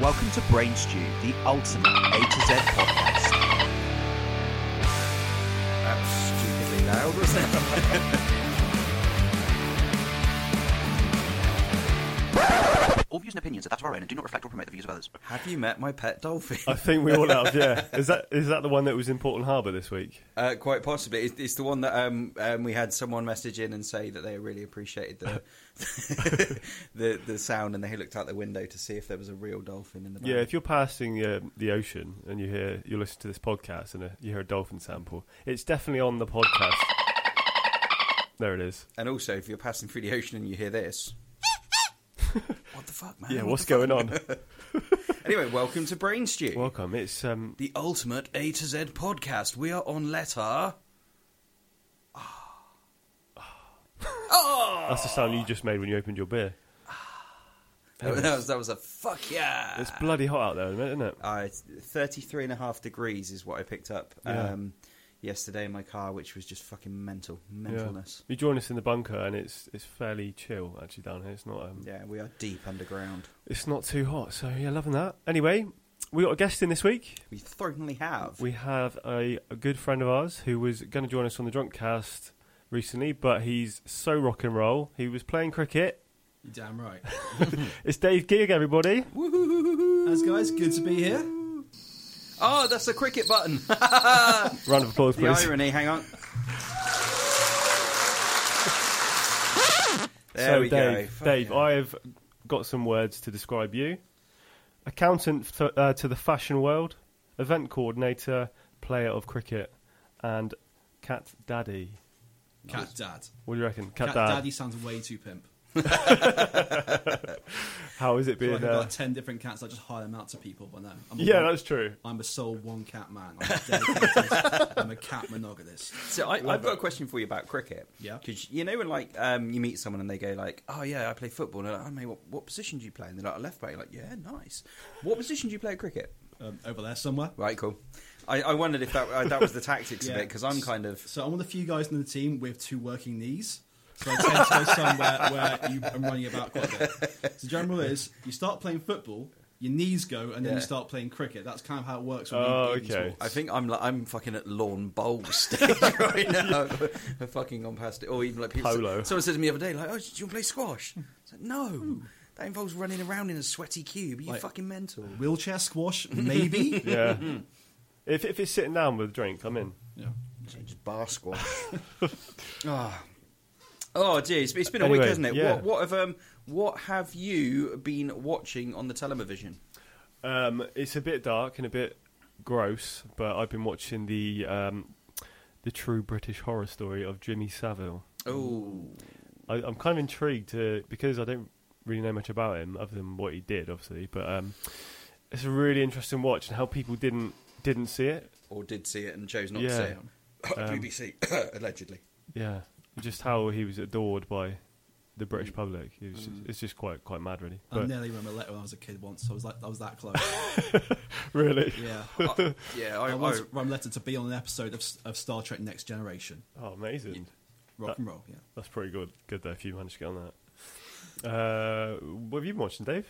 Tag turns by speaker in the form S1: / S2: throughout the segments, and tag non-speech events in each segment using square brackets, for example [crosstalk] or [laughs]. S1: Welcome to Brain Stew, the ultimate A to Z podcast.
S2: That's stupidly loud, wasn't it? [laughs]
S1: All views and opinions are that of our own and do not reflect or promote the views of others.
S2: Have you met my pet
S3: [laughs]
S2: dolphin?
S3: I think we all have. Yeah, [laughs] is that is that the one that was in Portland Harbour this week?
S2: Uh, quite possibly. It's, it's the one that um, um, we had someone message in and say that they really appreciated the [laughs] the, the sound, and they looked out the window to see if there was a real dolphin in the.
S3: Yeah,
S2: back.
S3: if you're passing the, the ocean and you hear you listen to this podcast and uh you hear a dolphin sample, it's definitely on the podcast. There it is.
S2: And also, if you're passing through the ocean and you hear
S3: [laughs]
S2: this, what the fuck, man?
S3: Yeah,
S2: What
S3: what's
S2: the fuck?
S3: going on?
S2: Anyway, welcome to Brain Stew,
S3: [laughs] Welcome. It's um.
S2: the ultimate A to Z podcast. We are on letter.
S3: That's the sound you just made when you opened your beer. There
S2: [laughs]
S3: it
S2: that,
S3: is.
S2: was, that was a fuck yeah.
S3: It's bloody hot out there, at the minute, isn't it?
S2: Uh, it's 33 and a half degrees is what I picked up
S3: Yeah.
S2: um, yesterday in my car, which was just fucking mental. Mentalness.
S3: You join us in the bunker, and it's it's fairly chill actually down here. It's not um,
S2: Yeah, we are deep underground.
S3: it's not too hot. So yeah, loving that. Anyway, we got a guest in this week.
S2: We certainly have.
S3: We have a, a good friend of ours who was going to join us on the Drunk Cast recently, but he's so rock and roll. He was playing cricket.
S4: You're damn right.
S3: It's Dave Gig, everybody.
S4: How's guys? Good to be here.
S2: oh, that's the cricket
S3: [laughs]
S2: button.
S3: Round of applause,
S2: the
S3: please.
S2: irony, hang
S3: [laughs]
S2: on. There
S3: so,
S2: we
S3: Dave,
S2: go. Fuck
S3: Dave,
S2: yeah.
S3: I have got some words to describe you. Accountant to, uh, to the fashion world, event coordinator, player of cricket, and cat daddy.
S4: Cat dad.
S3: What do you reckon, cat,
S4: Cat
S3: dad?
S4: daddy sounds way too pimp.
S3: How is it
S4: I feel
S3: being?
S4: like I've got
S3: uh,
S4: like ten different cats. I just hire them out to people. But no, I'm a
S3: yeah,
S4: one,
S3: that's true.
S4: I'm a sole one cat man. I'm a, dedicated- I'm a cat monogamist.
S2: So I, I've got a question for you about cricket.
S4: Yeah.
S2: Because you know when like um, you meet someone and they go like, "Oh yeah, I play football." And they're like, "Oh mate, what, what position do you play?" And they're like, "Left back." You're like, "Yeah, nice." What position do you play at cricket?
S4: Um, over there somewhere.
S2: Right, cool. I, I wondered if that uh, that was the tactics of
S4: Yeah.
S2: it because I'm kind of
S4: So I'm one of the few guys in the team with two working knees. So I tend to go somewhere where you, I'm running about quite a bit. So general rule is you start playing football, your knees go, and
S2: Yeah.
S4: then you start playing cricket. That's kind of how it works. When
S3: Oh,
S4: you eat these
S3: okay.
S4: balls.
S2: I think I'm like I'm fucking at lawn bowl stage [laughs] right now. I've fucking gone past it, or even like people.
S3: Polo.
S2: Someone said to me the other day, like, "Oh, do you want to play squash?" I said, "No, that involves running around in a sweaty cube. Are you
S4: Like-
S2: fucking mental."
S4: Wheelchair squash,
S2: [laughs]
S4: maybe.
S3: Yeah. if, if it's sitting down with a drink, I'm in.
S4: yeah.
S2: So just bar [laughs] squash. oh. oh dear, it's, it's been a
S3: Anyway,
S2: week, hasn't it?
S3: yeah.
S2: What, what have um, what have you been watching on the television?
S3: Um, it's a bit dark and a bit gross, but I've been watching the um, the true British horror story of Jimmy Savile.
S2: Oh,
S3: I, I'm kind of intrigued to because I don't really know much about him other than what he did, obviously. But um, it's a really interesting watch and how people didn't didn't see it.
S2: or did see it and chose not to
S3: Yeah. Um,
S2: see it. [laughs] BBC
S3: [laughs]
S2: allegedly.
S3: Yeah, just how he was adored by the British public. It was just, it's just quite quite mad, really.
S4: I
S3: But
S4: nearly wrote a letter when I was a kid once. I was like, I was that close.
S3: [laughs] really,
S4: Yeah,
S2: I- yeah, I,
S4: I
S2: I,
S4: once wrote a letter to be on an episode of, of Star Trek: Next Generation.
S3: oh, amazing.
S4: Rock and roll. Yeah.
S3: That's pretty good. Good though, if you managed to get on that. Uh, what have you been watching, Dave?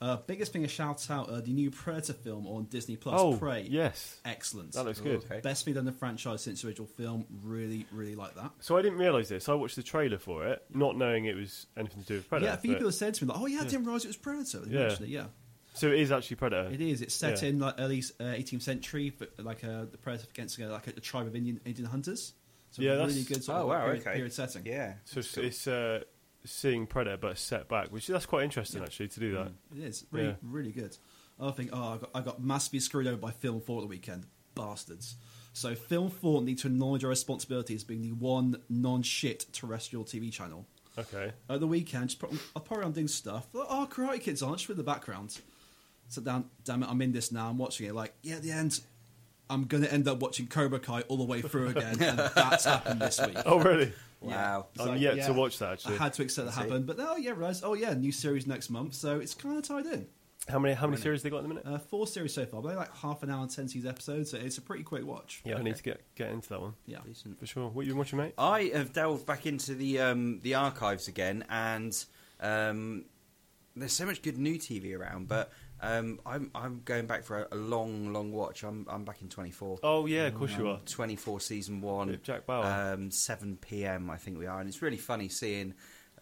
S4: Uh, biggest thing, a shout out uh, the new Predator film on Disney Plus.
S3: oh,
S4: Prey.
S3: yes,
S4: Excellent.
S3: that looks good.
S2: okay.
S4: Best thing done in the franchise since the original film. Really, really like that.
S3: So I didn't realise this. I watched the trailer for it, not knowing it was anything to do with Predator.
S4: yeah, a few
S3: but-
S4: people have said to me like, "Oh yeah, I didn't realize it was Predator." They
S3: Yeah.
S4: mentioned it, yeah.
S3: So it is actually Predator.
S4: It is. It's set
S3: Yeah.
S4: in like early uh, 18th century, but like uh, the Predator against uh, like a, tribe of Indian Indian hunters. So
S3: Yeah, that's-
S4: really good sort
S2: Oh
S4: of
S2: wow,
S4: period,
S2: okay.
S4: period setting.
S2: Yeah.
S3: So it's, it's uh, seeing Predator but set back, which that's quite interesting actually to do that.
S4: It is really,
S3: Yeah.
S4: really good. Other thing, oh, I got, I got massively screwed over by Film Four at the weekend, bastards. So Film Four need to acknowledge our responsibility as being the one non-shit terrestrial TV channel.
S3: Okay.
S4: At the weekend, just probably, I'll probably on doing stuff. Like, oh, Karate Kids on just with the background. So damn, damn it, I'm in this now. I'm watching it. Like, yeah, at the end, I'm gonna end up watching Cobra Kai all the way through again,
S3: [laughs]
S4: and that's happened this week.
S3: Oh really?
S4: [laughs]
S2: Wow.
S4: It's
S3: I'm
S4: like,
S3: yet
S4: yeah,
S3: to watch that actually.
S4: I had to accept that
S2: Let's see.
S4: happened, but oh yeah, realize oh yeah, new series next month, so it's kind of tied in.
S3: How many how many series they got in the minute?
S4: Uh, four series so far, but they're like half an hour and ten series episodes, so it's a pretty quick watch.
S3: yeah, I need to get get into that one
S4: Yeah.
S2: Decent.
S3: for sure. What you been watching, mate?
S2: I have delved back into the um, the archives again, and um, there's so much good new TV around, but um, I'm I'm going back for a, a long, long watch. I'm I'm back in 24.
S3: Oh yeah, of course you are.
S2: 24 Um, season one.
S3: Yeah, Jack Bauer.
S2: Um, 7 p.m. I think we are, and it's really funny seeing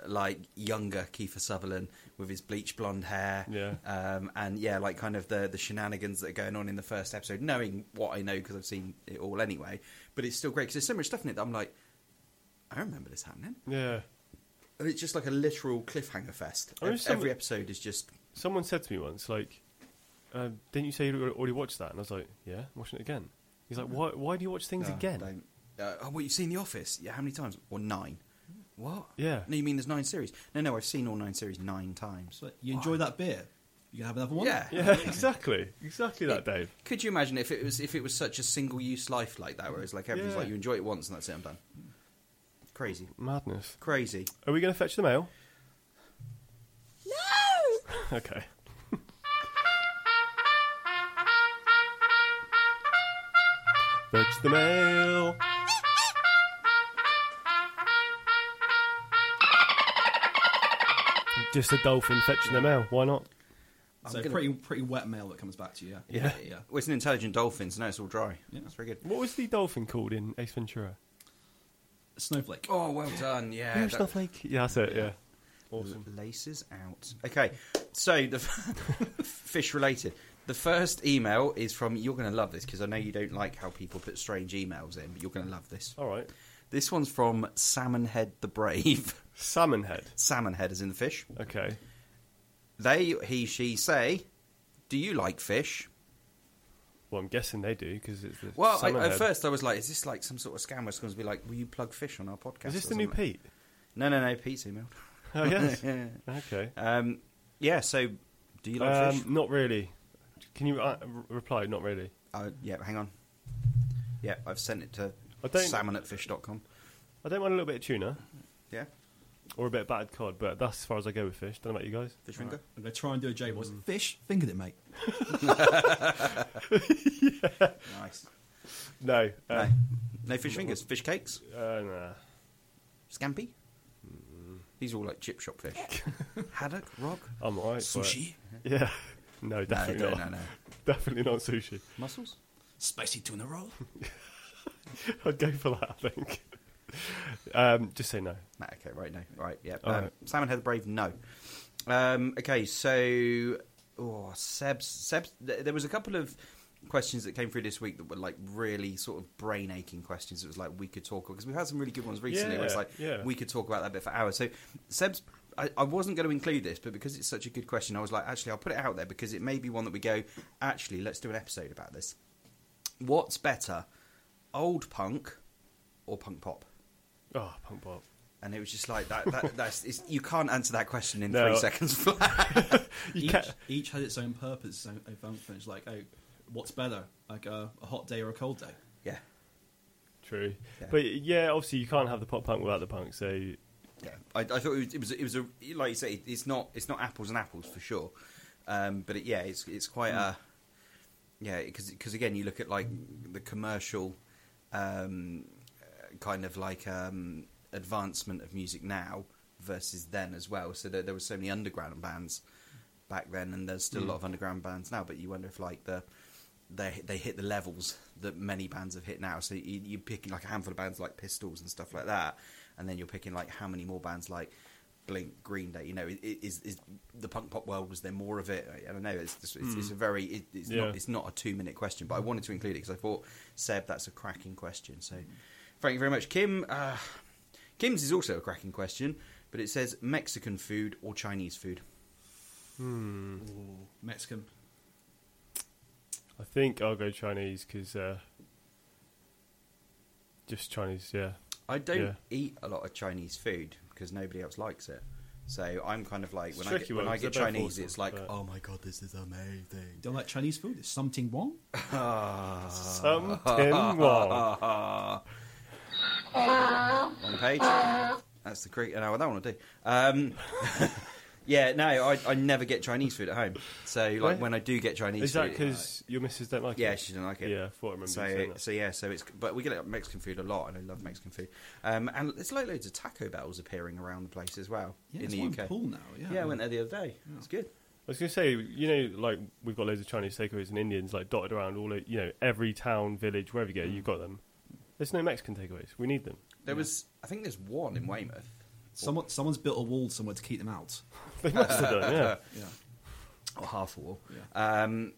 S2: uh, like younger Kiefer Sutherland with his bleach blonde hair.
S3: Yeah.
S2: Um, and yeah, like kind of the the shenanigans that are going on in the first episode, knowing what I know because I've seen it all anyway. But it's still great because there's so much stuff in it that I'm like, I remember this happening.
S3: Yeah.
S2: And it's just like a literal cliffhanger fest.
S3: I mean,
S2: Ev-
S3: some-
S2: Every episode is just
S3: Someone said to me once, like, uh, "Didn't you say you already watched that?" And I was like, "Yeah, I'm watching it again." He's
S4: Mm.
S3: like, "Why? Why do you watch things
S2: No,
S3: again?"
S2: don't. Uh, oh, what you've seen The Office? Yeah, how many times? Well, nine. What?
S3: Yeah.
S2: No, you mean there's nine series? No, no, I've seen all nine series nine times.
S4: So you enjoy that beer? You can have another one.
S2: Yeah.
S3: Yeah, exactly, exactly that,
S2: It-
S3: Dave.
S2: Could you imagine if it was if it was such a single use life like that, where it's like everything's
S3: Yeah.
S2: like you enjoy it once and that's it, I'm done. Crazy,
S3: Madness.
S2: crazy.
S3: Are we going to fetch the mail? No. [laughs] okay. fetch the mail. Just a dolphin fetching the mail. Why not?
S4: So
S2: I'm gonna-
S4: pretty pretty wet mail that comes back to you. Yeah.
S3: Yeah.
S4: yeah.
S2: Well, it's an intelligent dolphin, so now it's all dry.
S4: Yeah.
S2: That's very good.
S3: What was the dolphin called in Ace Ventura?
S4: Snowflake.
S2: Oh, well done. Yeah.
S3: Who's
S2: that-
S3: Snowflake? Yeah, that's it. Yeah. Awesome.
S2: Laces out. Okay, so the [laughs] fish related. The first email is from. You're going to love this because I know you don't like how people put strange emails in, but you're going to love this.
S3: All right.
S2: This one's from Salmonhead the Brave. [laughs]
S3: Salmon head.
S2: Salmonhead is in the fish.
S3: Okay.
S2: They, he, she say, "Do you like fish?"
S3: Well, I'm guessing they do because it's the
S2: Well, I,
S3: salmon
S2: at
S3: head.
S2: first I was like, "Is this like some sort of scam where it's going to be like, will you plug fish on our podcast?"
S3: Is this
S2: or
S3: the new
S2: something?
S3: Pete?
S2: No, no, no, Pete's email. [laughs]
S3: Oh yes. okay.
S2: Um, yeah. So, do you like fish?
S3: Um, not really. Can you uh, re- reply? Not really.
S2: Uh, yeah, hang on. Yeah, I've sent it to
S3: I don't-
S2: salmon at fish.com.
S3: I don't mind a little bit of tuna
S2: Yeah,
S3: or a bit of battered cod, but that's as far as I go with fish. Don't know about you guys.
S2: fish
S4: All
S2: finger.
S4: right. I'm gonna try and do a J voice. Fish fingered it, mate.
S2: Nice.
S3: No. Uh,
S2: No, no fish fingers. Fish cakes.
S3: uh, nah.
S2: Scampi.
S3: Mm.
S2: These are all like chip shop fish.
S3: [laughs]
S2: Haddock, rock,
S3: I'm alright.
S4: Sushi.
S3: Yeah. [laughs] No,
S2: no,
S3: definitely
S2: no,
S3: not.
S2: no, no.
S3: Definitely not sushi. [laughs]
S2: Mussels.
S4: Spicy tuna [laughs] roll.
S3: I'd go for that. I think. um, just say no.
S2: Nah, okay, right, no, right, yeah.
S3: All
S2: Um,
S3: right.
S2: Salmon head brave, no. Um, okay, so oh, Seb's, Seb's, th- there was a couple of questions that came through this week that were like really sort of brain aching questions. It was like we could talk because we've had some really good ones recently. where it's
S3: Yeah,
S2: like
S3: yeah.
S2: we could talk about that bit for hours. So Seb's. I, I wasn't going to include this, but because it's such a good question, I was like, actually, I'll put it out there because it may be one that we go, actually, let's do an episode about this. What's better, old punk or punk pop?
S3: Oh, punk pop.
S2: And it was just like that. that that's it's, you can't answer that question in
S3: No.
S2: three seconds flat. [laughs]
S3: You
S4: each,
S3: can't-
S4: each had its own purpose, its own, own function. It's Like, oh, what's better, like a, a hot day or a cold day?
S2: yeah,
S3: True.
S2: Yeah.
S3: But yeah, obviously you can't have the pop punk without the punk. So
S2: yeah. I, I thought it was, it was it was a like you say it's not it's not apples and apples for sure, um, but it, yeah, it's it's quite a yeah because again you look at like the commercial um, uh, kind of like um, advancement of music now versus then as well. So there, there were so many underground bands back then, and there's still a lot of underground bands now. But you wonder if like the they they hit the levels that many bands have hit now. So you, you're picking like a handful of bands like Pistols and stuff like that, and then you're picking like how many more bands like Blink, Green Day. You know, i- i- is is the punk pop world was there more of it? I don't know. It's just, it's, it's a very it, it's
S3: Yeah.
S2: not it's not a two minute question, but I wanted to include it because I thought Seb, that's a cracking question. So thank you very much, Kim. Uh, Kim's is also a cracking question, but it says Mexican food or Chinese food.
S4: Ooh, Mexican.
S3: I think I'll go Chinese because uh, just Chinese. Yeah.
S2: I don't
S3: Yeah.
S2: eat a lot of Chinese food because nobody else likes it. So I'm kind of like
S3: It's
S2: when I get,
S3: tricky
S2: when
S3: one,
S2: I
S3: 'cause they're
S2: get
S3: both
S2: Chinese,
S3: awesome,
S2: it's like
S3: but-
S2: oh my
S4: You don't like Chinese food? There's something wrong.
S2: Ah.
S3: Something wrong.
S2: [laughs] wrong page. That's the creek. No, I don't want to do. Um, [laughs] Yeah, no, I, I never get Chinese food at home. So like
S3: Right.
S2: when I do get Chinese
S3: Is that
S2: food,
S3: because your missus don't like
S2: yeah,
S3: it?
S2: she didn't like it.
S3: Yeah, I thought I remember you saying
S2: So,
S3: that.
S2: so yeah, so it's but we get like, Mexican food a lot, and I love Mexican food. Um, and there's like loads of Taco Bells appearing around the place as well
S4: Yeah,
S2: in
S4: it's
S2: the
S4: one
S2: UK.
S4: pool now. Yeah,
S2: yeah, I went there the other day. It's good.
S3: I was going to say, you know, like we've got loads of Chinese takeaways and Indians like dotted around all, o- you know, every town, village, wherever you go, you've got them. There's no Mexican takeaways. We need them. [laughs]
S2: There was, I think, there's one
S4: Mm.
S2: in Weymouth.
S4: Someone, someone's built a wall somewhere to keep them [laughs] out.
S3: They must have done, yeah.
S2: [laughs]
S4: Yeah,
S2: or half a wall.
S4: Yeah.
S2: Um,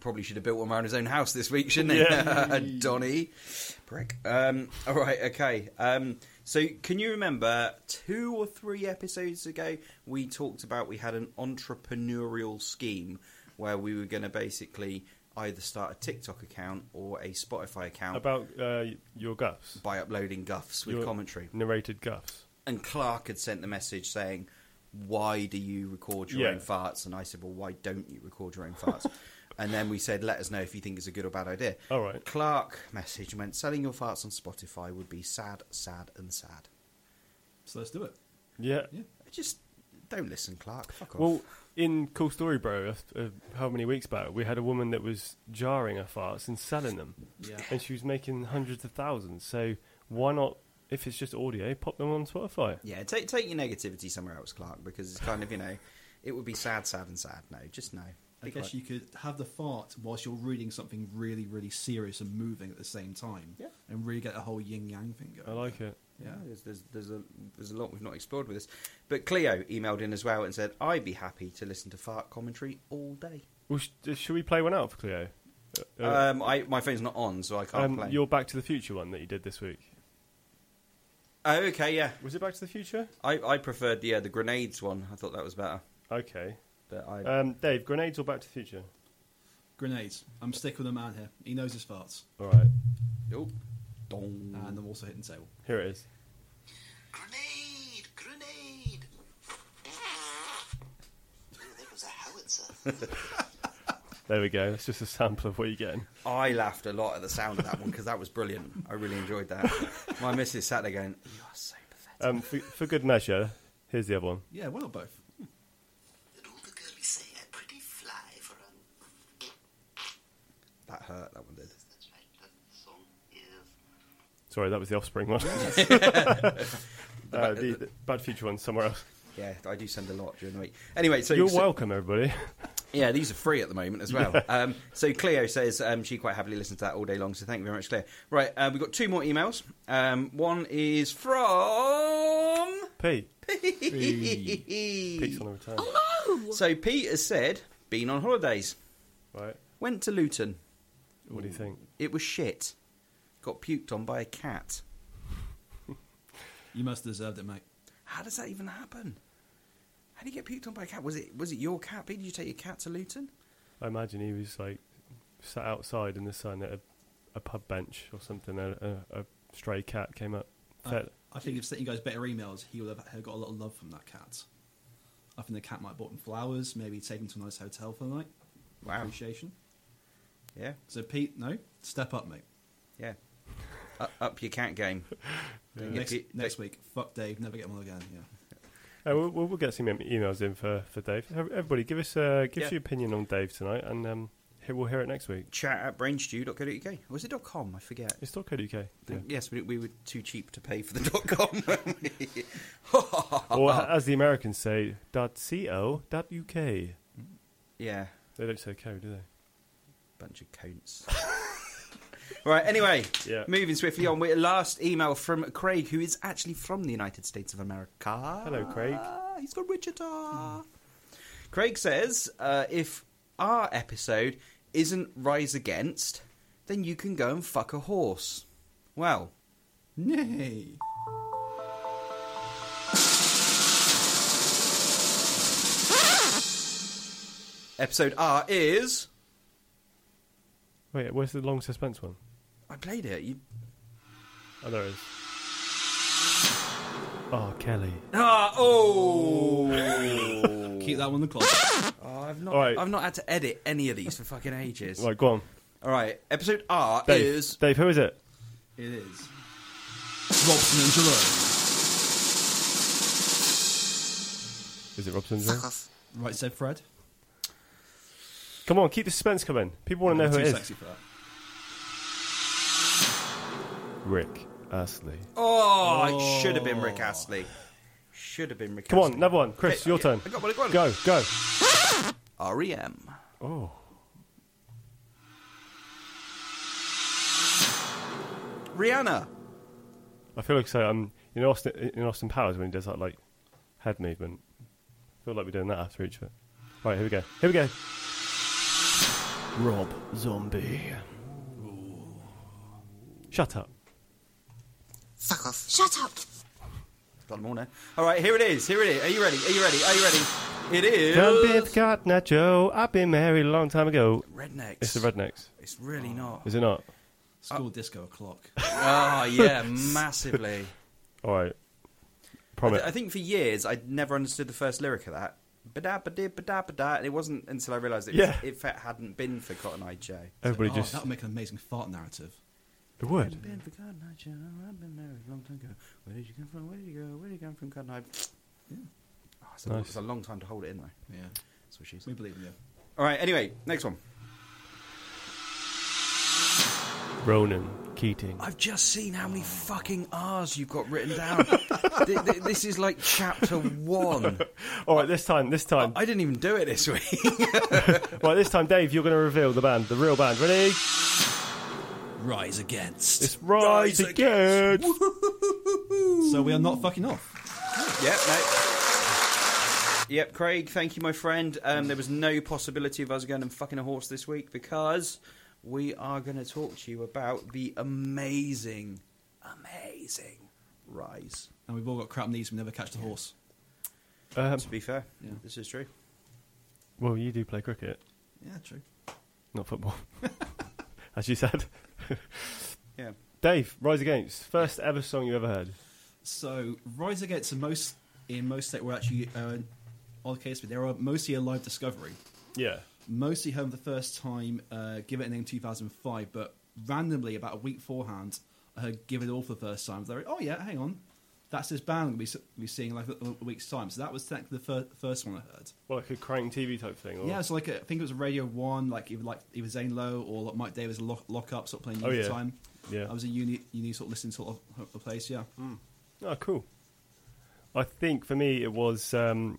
S2: probably should have built one around his own house this week, shouldn't he? [laughs] Donny, prick. Um, all right, okay. Um, so, can you remember two or three episodes ago we talked about we had an entrepreneurial scheme where we were going to basically either start a TikTok account or a Spotify account
S3: About uh, your guffs.
S2: by uploading guffs with
S3: Your
S2: commentary?
S3: Narrated guffs.
S2: and Clark had sent the message saying, "Why do you record your
S3: Yeah.
S2: own farts?" And I said, "Well, why don't you record your own
S3: [laughs]
S2: farts?" and then we said, "Let us know if you think it's a good or bad idea."
S3: All right.
S2: Clark message went, "Selling your farts on Spotify would be sad, sad, and sad."
S4: so let's do it.
S3: Yeah.
S4: Yeah.
S2: I just don't listen, Clark. Fuck off.
S3: Well, in Cool Story Bro, uh, uh, how many weeks back, we had a woman that was jarring her farts and selling them.
S4: Yeah.
S3: And she was making hundreds of thousands. So why not, if it's just audio, pop them on Spotify?
S2: yeah, take take your negativity somewhere else, Clark, because it's kind of you know, it would be sad, sad, and sad. No, just no.
S4: I guess you could have the fart whilst you're reading something really, really serious and moving at the same time.
S2: Yeah.
S4: And really get a whole yin yang thing going.
S3: I like it.
S2: Yeah, there's, there's, there's, a, there's a lot we've not explored with this. But Cleo emailed in as well and said, I'd be happy to listen to fart commentary all day.
S3: Well, sh- uh, should we play one out for Cleo? Uh, uh,
S2: um, I, my phone's not on, so I can't
S3: um,
S2: play.
S3: your Back to the Future one that you did this week.
S2: Oh, okay, yeah.
S3: Was it Back to the Future?
S2: I, I preferred the, uh, the grenades one. I thought that was better.
S3: Okay.
S2: But I,
S3: Um, Dave, grenades or Back to the Future?
S4: Grenades. I'm sticking with the man here. He knows his farts.
S3: All right.
S2: oh, dong.
S4: And I'm also hitting the table.
S3: Here it is.
S5: Grenade! Grenade! There goes a [laughs] howitzer.
S3: There we go. That's just a sample of what you're getting.
S2: I laughed a lot at the sound of that one because that was brilliant. I really enjoyed that. my missus sat there going, You are so pathetic.
S3: Um, for, for good measure, here's the other one.
S4: Yeah, why not both?
S5: And all the girlies say I'm pretty fly for a.
S2: That hurt, that one did.
S5: That's right, that song is.
S3: Sorry, that was the offspring one. [laughs] uh, the, the Bad Future one somewhere else.
S2: Yeah, I do send a lot during the week. Anyway, so
S3: You're
S2: so-
S3: welcome, everybody. [laughs]
S2: Yeah, these are free at the moment as well. Um, so Cleo says um, she quite happily listens to that all day long. So thank you very much, Cleo. Right, uh, we've got two more emails. Um, one is from
S3: Pete, Pete's
S2: Pete.
S3: on the return.
S2: So Pete has said, "Been on holidays.
S3: Right.
S2: Went to Luton.
S3: What do you think?
S2: It was shit. Got puked on by a cat.
S4: You must have deserved it, mate.
S2: How does that even happen? How do you get puked on by a cat? Was it was it your cat? Pete? Did you take your cat to Luton?
S3: I imagine he was like sat outside in the sun at a, a pub bench or something. A, a, a stray cat came up.
S4: I,
S3: Fair-
S4: I think if sent you guys better emails, he would have got a lot of love from that cat. I think the cat might have bought him flowers, maybe take him to a nice hotel for the night.
S2: Wow.
S4: Appreciation.
S2: Yeah,
S4: So, Pete, no, step up, mate.
S2: yeah. up, up your cat game. Don't get
S4: Next,
S2: pu-
S4: next week, fuck Dave, never get him on again. Yeah.
S3: Uh, we'll, we'll we'll get some em- emails in for, for Dave. Ev- Everybody, give us uh, give
S2: Yeah.
S3: us your opinion on Dave tonight, and um, he- we'll hear it next week.
S2: chat at brainstew.co.uk. Was it .com? I forget.
S3: It's dot code UK. Yeah.
S2: Yes, we, we were too cheap to pay for the .com. [laughs] weren't we?
S3: Or as the Americans say, dot co dot uk. They
S2: yeah,
S3: don't say co, do they?
S2: bunch of counts. [laughs] right, anyway,
S3: Yeah.
S2: moving swiftly on. With last email from Craig, who is actually from the United States of America.
S3: Hello, Craig.
S2: He's from Wichita. Craig says, uh, if our episode isn't Rise Against, then you can go and fuck a horse. Well,
S4: Nay.
S2: episode R is...
S3: Wait, where's the long suspense one?
S2: I played it. You
S3: Oh, there it is. Oh, Kelly.
S2: Ah, oh.
S4: Keep that one in the closet.
S2: Oh, [laughs] I've not.
S3: All right.
S2: I've not had to edit any of these for fucking ages.
S3: Right, go on.
S2: All right. Episode R
S3: Dave,
S2: is
S3: Dave who is it?
S4: it is. Robson and Jerome.
S3: Is it Rob Sundgren?
S5: Fuck off.
S4: Right, said Fred.
S3: Come on, keep the suspense coming. People want to know
S4: I'm
S3: who
S4: too
S3: it is.
S4: sexy for that.
S3: Rick Astley.
S2: Oh, it should have been Rick Astley. Should have been Rick.
S3: Come on,
S2: Astley.
S3: another one. Chris,
S2: Hey,
S3: your
S2: I-
S3: turn.
S2: I got one. E I got one.
S3: Go, go.
S2: REM.
S3: Oh.
S2: Rihanna.
S3: I feel like so. Um, in Austin, in Austin Powers, when he does that like head movement, I feel like we're doing that after each of it. Right, here we go. Here we go. Rob Zombie. Shut up.
S5: Fuck off.
S6: Shut up.
S2: Got them all now. All right, here it is. Here it is. Are you ready? Are you ready? Are you ready? It
S3: Don't be
S2: is.
S3: got nacho. I've been married a long time ago.
S2: Rednecks.
S3: It's the rednecks,
S2: It's really not.
S3: is it not? Uh,
S4: School disco o'clock.
S3: [laughs]
S2: Oh yeah, massively.
S3: All right.
S2: I,
S3: Promise.
S2: th- I think for years I never understood the first lyric of that. Ba-da, ba-da, ba-da, ba-da. And it wasn't until I realised it, was-
S3: Yeah. Uh.
S2: if it hadn't been for Cotton Eye Joe.
S3: Everybody
S4: oh,
S3: just.
S4: That would make an amazing fart narrative.
S3: It would.
S2: Been for Cotton Eye Joe, I've been married a long time ago. Where did you come from? Where did you go? Where did you come from, Cotton Eye? Oh, it's, a,
S3: Nice.
S2: it's a long time to hold it in, though.
S4: Yeah.
S2: That's what she
S4: We
S2: said.
S4: believe in you.
S2: All right, anyway, next one.
S3: Ronan Keating.
S2: I've just seen how
S3: Oh.
S2: many fucking R's you've got written [laughs] down. Th- th- this is like chapter [laughs] one.
S3: All right, this time, this time.
S2: I didn't even do it this week.
S3: Right, this time, Dave, you're going to reveal the band, the real band. Ready?
S4: Rise against.
S3: It's
S2: Rise
S3: Rise, Again.
S4: so we are not fucking off.
S2: Yep, no. Yep, Craig, thank you, my friend. Um, there was no possibility of us going and fucking a horse this week because we are going to talk to you about the amazing, amazing rise.
S4: And we've all got crap knees. We never catch the horse.
S3: Um,
S2: To be fair,
S4: Yeah.
S2: this is true.
S3: well, you do play cricket,
S4: Yeah, true.
S3: not football, [laughs] as you said.
S2: Yeah.
S3: Dave, Rise Against, first ever song you ever heard.
S4: So Rise Against in most in most states were actually uh, odd case, but they were mostly a live discovery.
S3: Yeah.
S4: Mostly home the first time. Uh, Give it a name 2005, but randomly about a week beforehand, I heard Give It All for the first time. They're like, oh yeah, hang on, that's this band we'll be, s- be seeing like a, a week's time. So that was technically the fir- first one I heard.
S3: Well, like a crank TV type thing. Or...
S4: Yeah, it's like a, I think it was Radio One, like either like either Zane Lowe or like Mike Davis lock, lock up sort of playing
S3: Oh,
S4: uni
S3: yeah.
S4: time.
S3: Yeah.
S4: I was a uni uni sort of listening sort of a place. Yeah,
S3: Oh, cool. I think for me it was. Um,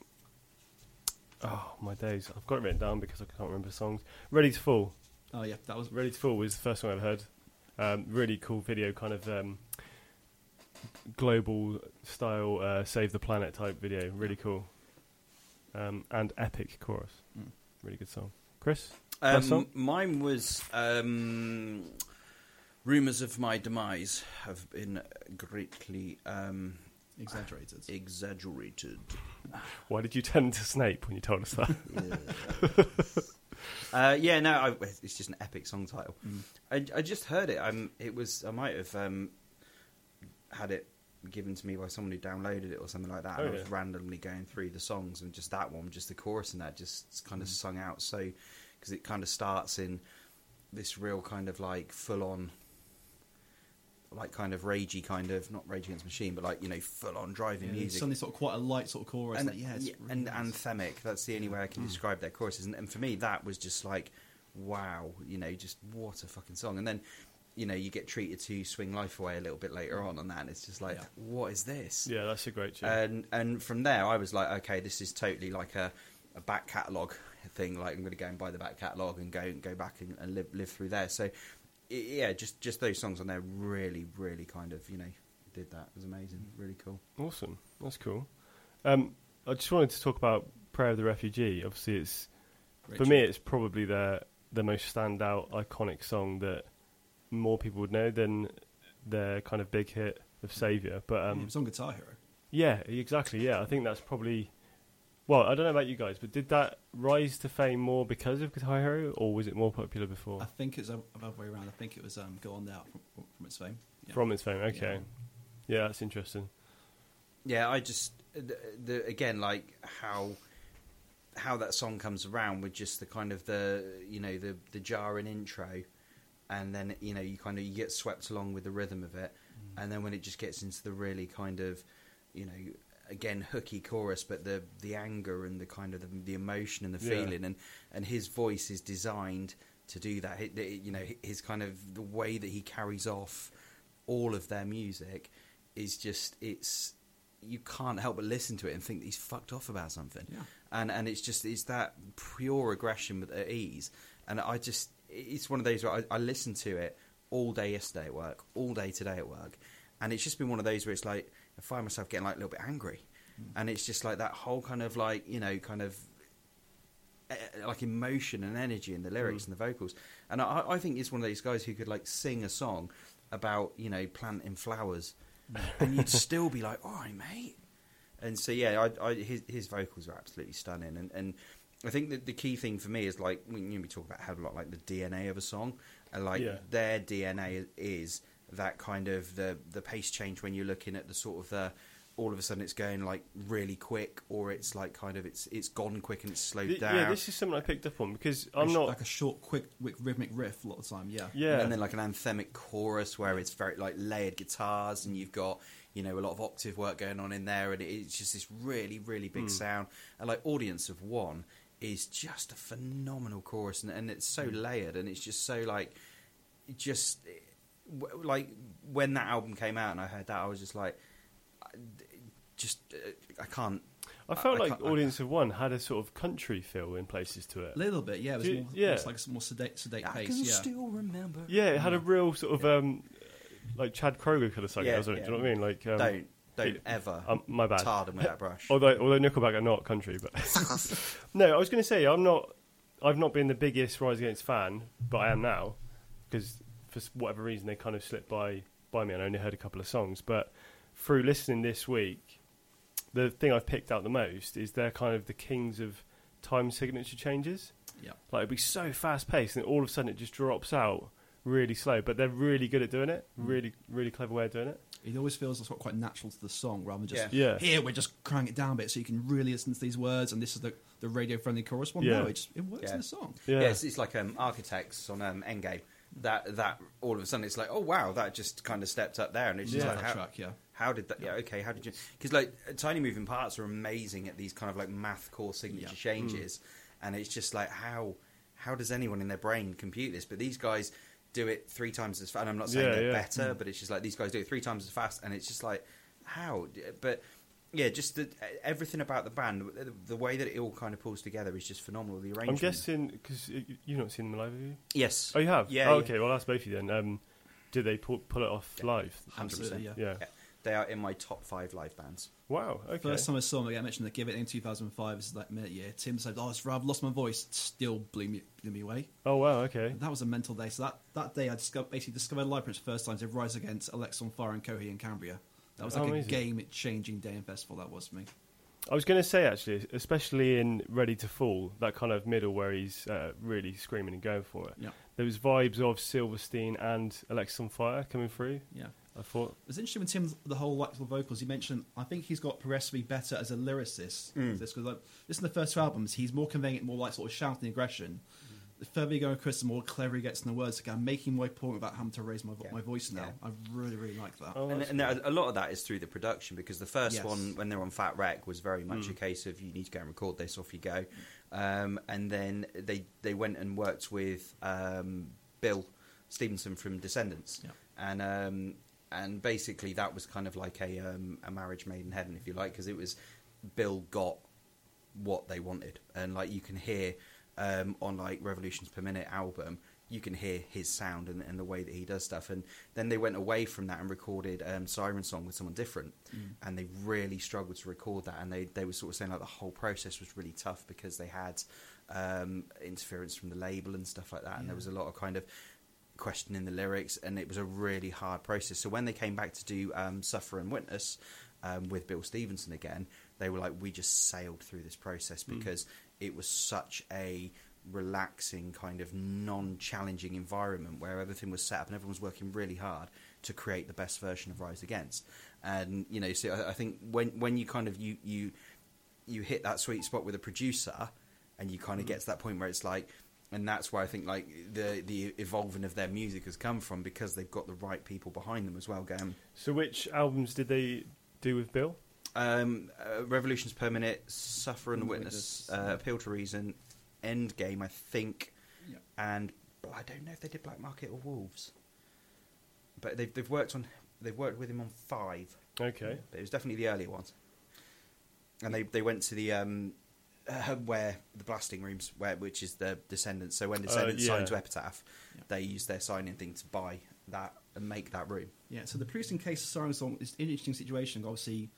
S3: oh my days! I've got it written down because I can't remember songs. Ready to Fall.
S4: oh yeah, that was
S3: Ready to Fall was the first one I've heard. Um, really cool video, kind of um, global style, uh, save the planet type video. Really cool. Um, and epic chorus. Really good song. Chris, Last
S2: Um,
S3: song?
S2: mine was um, rumors of my demise have been greatly um,
S4: exaggerated.
S2: exaggerated.
S3: why did you turn into Snape when you told us that?
S2: Uh, yeah, no, I, it's just an epic song title. I, I just heard it. Um, it was I might have um, had it given to me by someone who downloaded it or something like that.
S3: Oh,
S2: and I
S3: yeah.
S2: was randomly going through the songs and just that one, just the chorus and that, just kind of sung out. So because it kind of starts in this real kind of like full on. Like kind of ragey, kind of not rage against the machine, but like you know, full on driving
S4: Yeah, it's
S2: music
S4: suddenly sort of quite a light sort of chorus.
S2: and,
S4: like, yeah, it's
S2: yeah,
S4: really
S2: and
S4: nice. Mm.
S2: anthemic. That's the only way I can describe their choruses. And, and for me, that was just like, wow, you know, just what a fucking song. And then, you know, you get treated to "Swing Life Away" a little bit later on, and that and it's just like,
S4: Yeah.
S2: what is this?
S3: [laughs] yeah, that's a great tune.
S2: And and from there, I was like, okay, this is totally like a, a back catalogue thing. Like I'm going to go and buy the back catalogue and go and go back and, and live live through there. So, i- yeah, just just those songs on there really, really kind of you know did that. It was amazing,
S4: Mm.
S2: really cool.
S3: Awesome. That's cool. Um, I just wanted to talk about Prayer of the Refugee. Obviously, it's
S4: Great
S3: for
S4: tune.
S3: me, it's probably their the most standout, iconic song that more people would know than their kind of big hit of
S4: Mm.
S3: Savior. But
S4: Yeah, it
S3: um,
S4: was on Guitar Hero.
S3: yeah, exactly. Yeah, I think that's probably. Well, I don't know about you guys, but did that rise to fame more because of Guitar Hero, or was it more popular before
S4: I think it's the other way around. I think it was um, Go On Now from, from its fame. Yeah.
S3: from its fame? Okay, yeah, that's interesting.
S2: Yeah, I just the, the, again like how how that song comes around with just the kind of the you know the the jarring intro, and then you know you kind of you get swept along with the rhythm of it, and then when it just gets into the really kind of you know again hooky chorus, but the the anger and the kind of the, the emotion and the
S3: Yeah.
S2: feeling, and and his voice is designed to do that. Hi- the- you know, hi- his kind of the way that he carries off all of their music is just it's you can't help but listen to it and think that he's fucked off about something
S4: Yeah.
S2: and and it's just it's that pure aggression with at ease and i just it's one of those where I, I listened to it all day yesterday at work all day today at work and it's just been one of those where it's like i find myself getting like a little bit angry and it's just like that whole kind of like you know kind of eh, like emotion and energy in the lyrics and the vocals and I, I think it's one of those guys who could like sing a song about you know planting flowers and you'd still be like all right mate and so yeah, I, I, his his vocals are absolutely stunning, and and I think that the key thing for me is like when you know, we talk about how a lot like the DNA of a song, and like
S3: Yeah.
S2: their DNA is that kind of the the pace change when you're looking at the sort of the all of a sudden it's going like really quick, or it's like kind of it's it's gone quick and it's slowed
S3: Th-
S2: down,
S3: yeah, this is something I picked up on because I'm
S4: Sh-
S3: not.
S4: like a short, quick, quick rhythmic riff a lot of the time. Yeah,
S3: yeah,
S2: and then like an anthemic chorus where it's very like layered guitars and you've got you know a lot of octave work going on in there and it's just this really really
S3: Hmm.
S2: big sound and like audience of one is just a phenomenal chorus and, and it's so
S3: Hmm.
S2: layered and it's just so like just w- like when that album came out and I heard that I was just like I- just uh, I can't
S3: I felt
S2: I- I
S3: like
S2: can't- I-
S3: Audience of One had a sort of country feel in places to it.
S4: a little bit. Yeah, it was
S3: Do-
S4: more,
S3: yeah.
S4: it's like a more sedate, sedate
S2: I
S4: pace.
S2: can
S4: Yeah,
S2: still remember
S3: Yeah, it had a real sort of um, like Chad Kroger could have sung it.
S2: Yeah,
S3: or something, Do
S2: yeah.
S3: you know what I mean? Like um,
S2: don't uh, don't
S3: it-
S2: ever
S3: Um, my bad.
S2: tar them with
S3: [laughs]
S2: that brush
S3: Although, although Nickelback are not country, but [laughs] no, I was going to say I'm not. I've not been the biggest Rise Against fan, but I am now because for s- whatever reason they kind of slipped by by me, and I only heard a couple of songs. But through listening this week, the thing I've picked out the most is they're kind of the kings of time signature changes.
S4: yeah.
S3: Like it'd be so fast paced, and all of a sudden it just drops out really slow. But they're really good at doing it.
S4: Mm.
S3: Really, really clever way of doing it.
S4: It always feels sort of quite natural to the song rather than just
S3: Yeah. Yeah.
S4: here we're just cranking it down a bit so you can really listen to these words and this is the, the radio friendly chorus one.
S3: Yeah.
S4: No, it just it works
S2: Yeah.
S4: in the song.
S3: Yeah.
S2: Yeah, it's, it's like um, Architects on um, Endgame. That that all of a sudden it's like, oh wow, that just kind of stepped up there, and it's just
S4: Yeah.
S2: like,
S4: That
S2: how,
S4: track, yeah.
S2: how did that? Yeah, okay, how did you? Because like tiny moving parts are amazing at these kind of like math core signature
S4: Yeah. Mm.
S2: changes, and it's just like how how does anyone in their brain compute this? But these guys do it three times as fast. And I'm not saying
S3: Yeah, Mm.
S2: they're
S3: yeah.
S2: better, but it's just like these guys do it three times as fast, and it's just like how. But yeah, just the, everything about the band, the, the way that it all kind of pulls together is just phenomenal. The
S3: I'm
S2: arrangement.
S3: guessing because you've not seen them live, have you?
S2: Yes.
S3: Oh, you have?
S2: Yeah.
S3: Oh,
S2: yeah.
S3: okay, well, that's both of you then. Um, did they pull, pull it off live?
S2: 100%.
S4: Absolutely, yeah.
S3: Yeah.
S2: Yeah. They are in my top five live bands.
S3: Wow, okay.
S4: First time I saw him, like I mentioned, they give it in 2005. It's like minute year. Tim said, "Oh, it's I've lost my voice." It Still blew me, blew me away.
S3: Oh, wow, okay.
S4: And that was a mental day. So that, that day, I discovered, basically discovered live for the first time. Did Rise Against Alex on Fire and Coheed and Cambria. That was
S3: Oh,
S4: like
S3: amazing.
S4: a game-changing day and festival. That was for me.
S3: I was going to say, actually, especially in Ready to Fall, that kind of middle where he's uh, really screaming and going for it,
S4: Yeah.
S3: there was vibes of Silverstein and Alexis on Fire coming through,
S4: Yeah.
S3: I thought.
S4: It was interesting with Tim, the whole like the vocals. He mentioned, I think he's got progressively better as a lyricist. This because like, this in the first two albums, he's more conveying it more like sort of shouting aggression. The further you go with Chris, the more clever he gets in the words. Like, I'm making my point about having to raise my, vo-
S2: Yeah.
S4: my voice now.
S2: Yeah.
S4: I really, really like that.
S3: Oh,
S2: and
S3: that's
S2: and there, a lot of that is through the production because the first
S4: Yes.
S2: one, when they're on Fat Wreck, was very
S3: Mm.
S2: much a case of you need to go and record this, off you go. Um, and then they, they went and worked with um, Bill Stevenson from Descendants.
S4: Yeah.
S2: And um, and basically that was kind of like a, um, a marriage made in heaven, if you like, because it was Bill got what they wanted. And like you can hear um, on like Revolutions Per Minute album, you can hear his sound and, and the way that he does stuff. And then they went away from that and recorded um, Siren Song with someone different, and they really struggled to record that. And they they were sort of saying like the whole process was really tough because they had um, interference from the label and stuff like that. And there was a lot of kind of questioning the lyrics, and it was a really hard process. So when they came back to do um, Suffer and Witness um, with Bill Stevenson again, they were like, we just sailed through this process because it was such a relaxing kind of non-challenging environment where everything was set up and everyone was working really hard to create the best version of Rise Against. And you know, so I, I think when when you kind of you you you hit that sweet spot with a producer and you kind of get to that point where it's like and that's where I think like the the evolving of their music has come from because they've got the right people behind them as well going
S3: So, which albums did they do with Bill?
S2: Um, uh, revolutions per minute, suffer and witness,
S4: Witness,
S2: uh, appeal to reason, end game, I think,
S4: Yeah.
S2: and well, I don't know if they did black market or wolves, but they've they've worked on they've worked with him on five,
S3: Okay.
S2: but it was definitely the earlier ones, and they they went to the um, uh, where the blasting rooms where which is the descendants. So when descendants
S3: Uh, yeah.
S2: signed to Epitaph,
S4: Yeah.
S2: they used their signing thing to buy that and make that room.
S4: Yeah, so the priest in Case of Sirens song is an interesting situation. Obviously,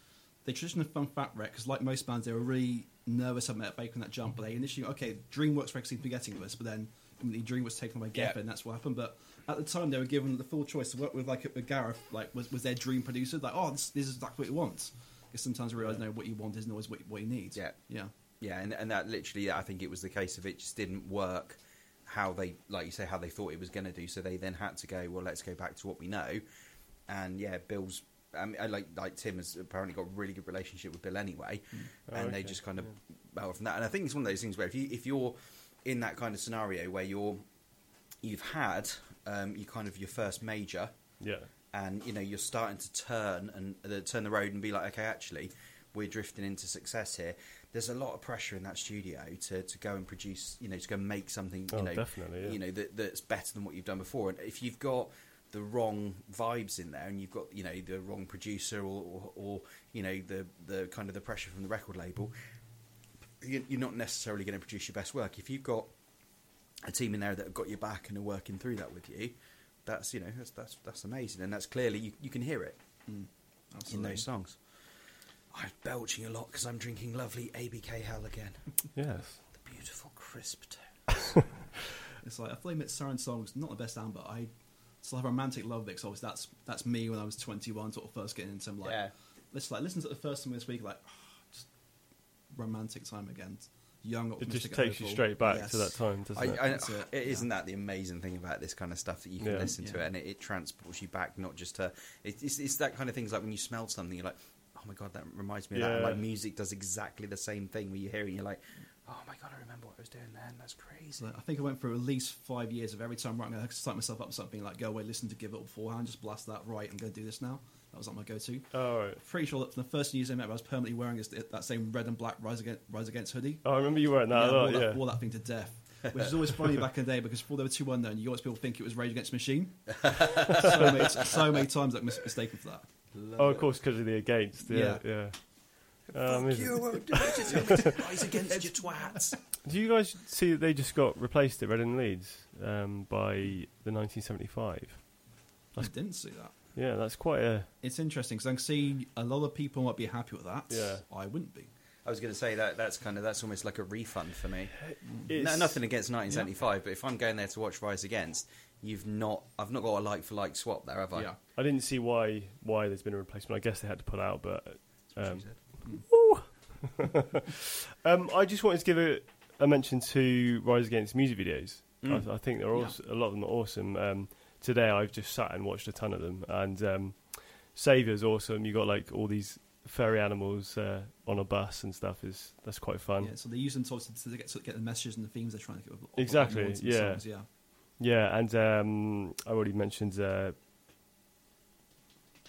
S4: they traditionally fun fat wreck because, like most bands, they were really nervous about making that jump. But they initially, okay, DreamWorks Records seemed to be getting this, but then the DreamWorks was taken by Geffen,
S2: Yeah.
S4: and that's what happened. But at the time, they were given the full choice to work with like with Gareth, like was, was their dream producer. Like, oh, this, this is exactly what you want. Because sometimes you realize no, what you want isn't always what you, what you need.
S2: Yeah.
S4: yeah,
S2: Yeah, and and that literally, I think it was the case of it just didn't work how they, like you say, how they thought it was going to do. So they then had to go, well, let's go back to what we know. And yeah, Bill's, I mean, I like like Tim has apparently got a really good relationship with Bill anyway,
S3: Oh,
S2: and they
S3: okay,
S2: just kind of bow off from that. And I think it's one of those things where if you if you're in that kind of scenario where you're you've had um, you kind of your first major
S3: Yeah.
S2: and you know you're starting to turn and uh, turn the road and be like okay actually we're drifting into success here there's a lot of pressure in that studio to, to go and produce you know to go and make something you
S3: Oh,
S2: know
S3: definitely, yeah.
S2: you know that, that's better than what you've done before and if you've got the wrong vibes in there and you've got you know the wrong producer or, or, or you know the the kind of the pressure from the record label you- you're not necessarily going to produce your best work if you've got a team in there that have got your back and are working through that with you, that's you know that's that's, that's amazing, and that's clearly you, you can hear it in
S4: absolutely.
S2: those songs. I'm belching a lot because I'm drinking lovely ABK Hell again,
S3: Yes.
S2: the [laughs] beautiful crisp tone.
S4: It's like I feel like Mitt Siren song's not the best album, but I still have a romantic love of it. Because that's that's me when I was twenty one, sort of first getting into them, like
S2: Yeah.
S4: let's like listen to the first song this week, like [sighs] just romantic time again, young.
S3: It just
S4: optimistic
S3: takes you
S4: overall.
S3: straight back
S4: Yes.
S3: to that time, doesn't it?
S2: I, I,
S4: That's it,
S2: it
S4: yeah.
S2: isn't that the amazing thing about this kind of stuff that you can
S3: Yeah.
S2: listen to
S4: Yeah.
S2: it and it, it transports you back, not just to it, it's, it's that kind of things like when you smell something, you're like, oh my god, that reminds me of that. And
S3: Yeah.
S2: like music does exactly the same thing where you hear it and you're like, oh my god, I remember what I was doing then. That's crazy.
S4: So I think I went through at least five years of every time right, I'm going to psych myself up with something like go away, listen to Give It Up beforehand, just blast that right, I'm going to do this now. That was like my go-to.
S3: All Oh, right.
S4: Pretty sure that from the first news I met, I was permanently wearing this, that same red and black Rise Against, Rise Against hoodie.
S3: Oh, I remember you wearing that a
S4: yeah,
S3: lot.
S4: wore,
S3: yeah.
S4: that, wore that thing to death. Which is always funny back in the day because before they were too unknown, you always people think it was Rage Against
S3: [laughs]
S4: the Machine. so, many, so many times I've mis- mistaken for that.
S3: oh, of course, because of the against. Yeah. Yeah. Uh, amazing.
S2: won't do it.
S3: [laughs]
S2: Rise against your twats.
S3: Do you guys see that they just got replaced at Reading Leeds um, by the 1975?
S4: I didn't see that.
S3: Yeah, that's quite a.
S4: It's interesting because I can see a lot of people might be happy with that.
S3: Yeah.
S4: I wouldn't be.
S2: I was going to say that that's kind of that's almost like a refund for me. No,
S3: it's-
S2: nothing against 1975, but if I'm going there to watch Rise Against, you've not I've not got a like for like swap there, have I?
S4: Yeah.
S3: I didn't see why why there's been a replacement. I guess they had to pull out, but um, um, I just wanted to give a, a mention to Rise Against music videos. I, I think they're
S4: Yeah.
S3: awesome, a lot of them are awesome. Um, today I've just sat and watched a ton of them, and um, Savior's awesome. You got like all these furry animals uh, on a bus and stuff. Is that's quite fun.
S4: Yeah, so they use them to, to, get, to get the messages and the themes they're trying to get. with-
S3: Exactly,
S4: with the
S3: yeah.
S4: songs, yeah. Uh,
S3: Yeah, and um, I already mentioned uh,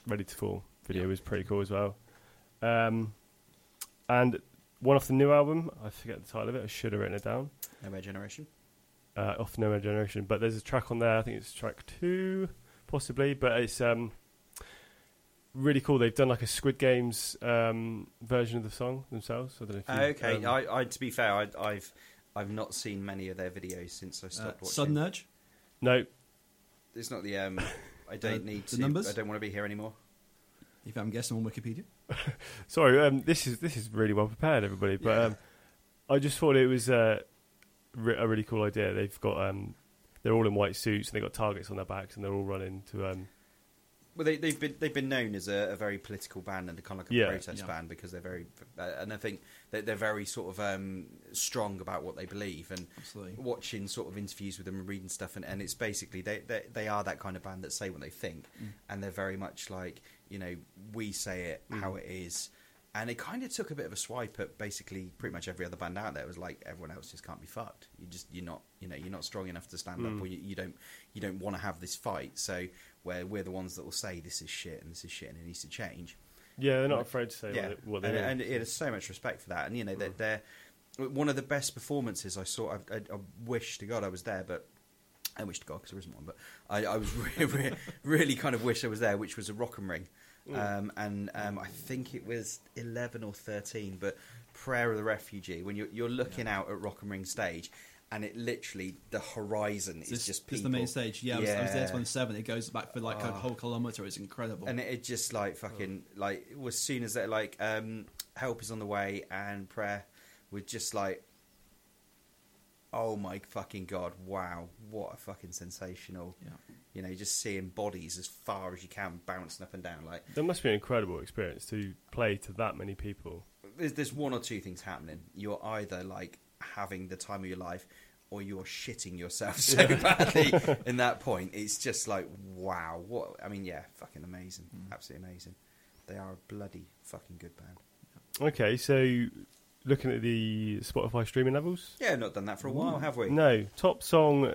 S3: Ready to Fall video was pretty cool as well. Um, and one off the new album, I forget the title of it. I should have written it down.
S2: No Air Generation.
S3: Uh, off No More Generation, but there's a track on there. I think it's track two, possibly. But it's um, really cool. They've done like a Squid Games um, version of the song themselves. I don't know if you,
S2: okay,
S3: um,
S2: I, I to be fair, I, I've I've not seen many of their videos since I stopped
S4: Uh,
S2: watching.
S4: Sudden Urge.
S3: no,
S2: It's not the
S4: [laughs]
S2: um. I don't need
S4: the
S2: to.
S4: numbers?
S2: I don't want to be here anymore.
S4: If I'm guessing on Wikipedia,
S3: Sorry, um, this is this is really well prepared, everybody. But
S2: Yeah.
S3: um, I just thought it was uh, re- a really cool idea. They've got um, they're all in white suits and they've got targets on their backs and they're all running to um,
S2: Well, they, they've been they've been known as a, a very political band and a kind of like a
S3: Yeah.
S2: protest
S4: Yeah.
S2: band because they're very uh, and I think that they're very sort of um, strong about what they believe and
S4: Absolutely.
S2: watching sort of interviews with them and reading stuff and, and it's basically they, they they are that kind of band that say what they think and they're very much like you know we say it how it is and it kind of took a bit of a swipe at basically pretty much every other band out there it was like everyone else just can't be fucked you just you're not you know you're not strong enough to stand up or you, you don't you don't want to have this fight so where we're the ones that will say this is shit and this is shit and it needs to change
S3: Yeah, they're not afraid to say
S2: yeah,
S3: what they, what they
S2: and,
S3: know.
S2: and it is so much respect for that. And you know,
S4: Mm.
S2: they're, they're one of the best performances I saw. I, I, I wish to God I was there, but I wish to God because there isn't one. But I, I was [laughs] re- re- really kind of wish I was there, which was a rock and ring,
S4: Mm.
S2: um, and um, I think it was eleven or thirteen. But prayer of the refugee when you're, you're looking out at rock and ring stage. And it literally, the horizon is
S4: It's
S2: just
S4: it's
S2: people. Oh.
S4: the main stage. Yeah, I, was, I was there 27. It goes back for like a whole kilometre. It's incredible. Oh.
S2: and it, it just like fucking like it was soon as that like um help is on the way and prayer was just like oh my fucking god wow what a fucking sensational
S4: Yeah.
S2: you know just seeing bodies as far as you can bouncing up and down like
S3: That must be an incredible experience to play to that many people.
S2: there's, there's one or two things happening you're either like having the time of your life or you're shitting yourself [laughs] so badly
S3: [laughs]
S2: in that point it's just like wow what i mean yeah fucking amazing
S3: Mm-hmm.
S2: absolutely amazing they are a bloody fucking good band
S3: Okay, so looking at the Spotify streaming levels,
S2: Yeah, not done that for a while, have we?
S3: no top song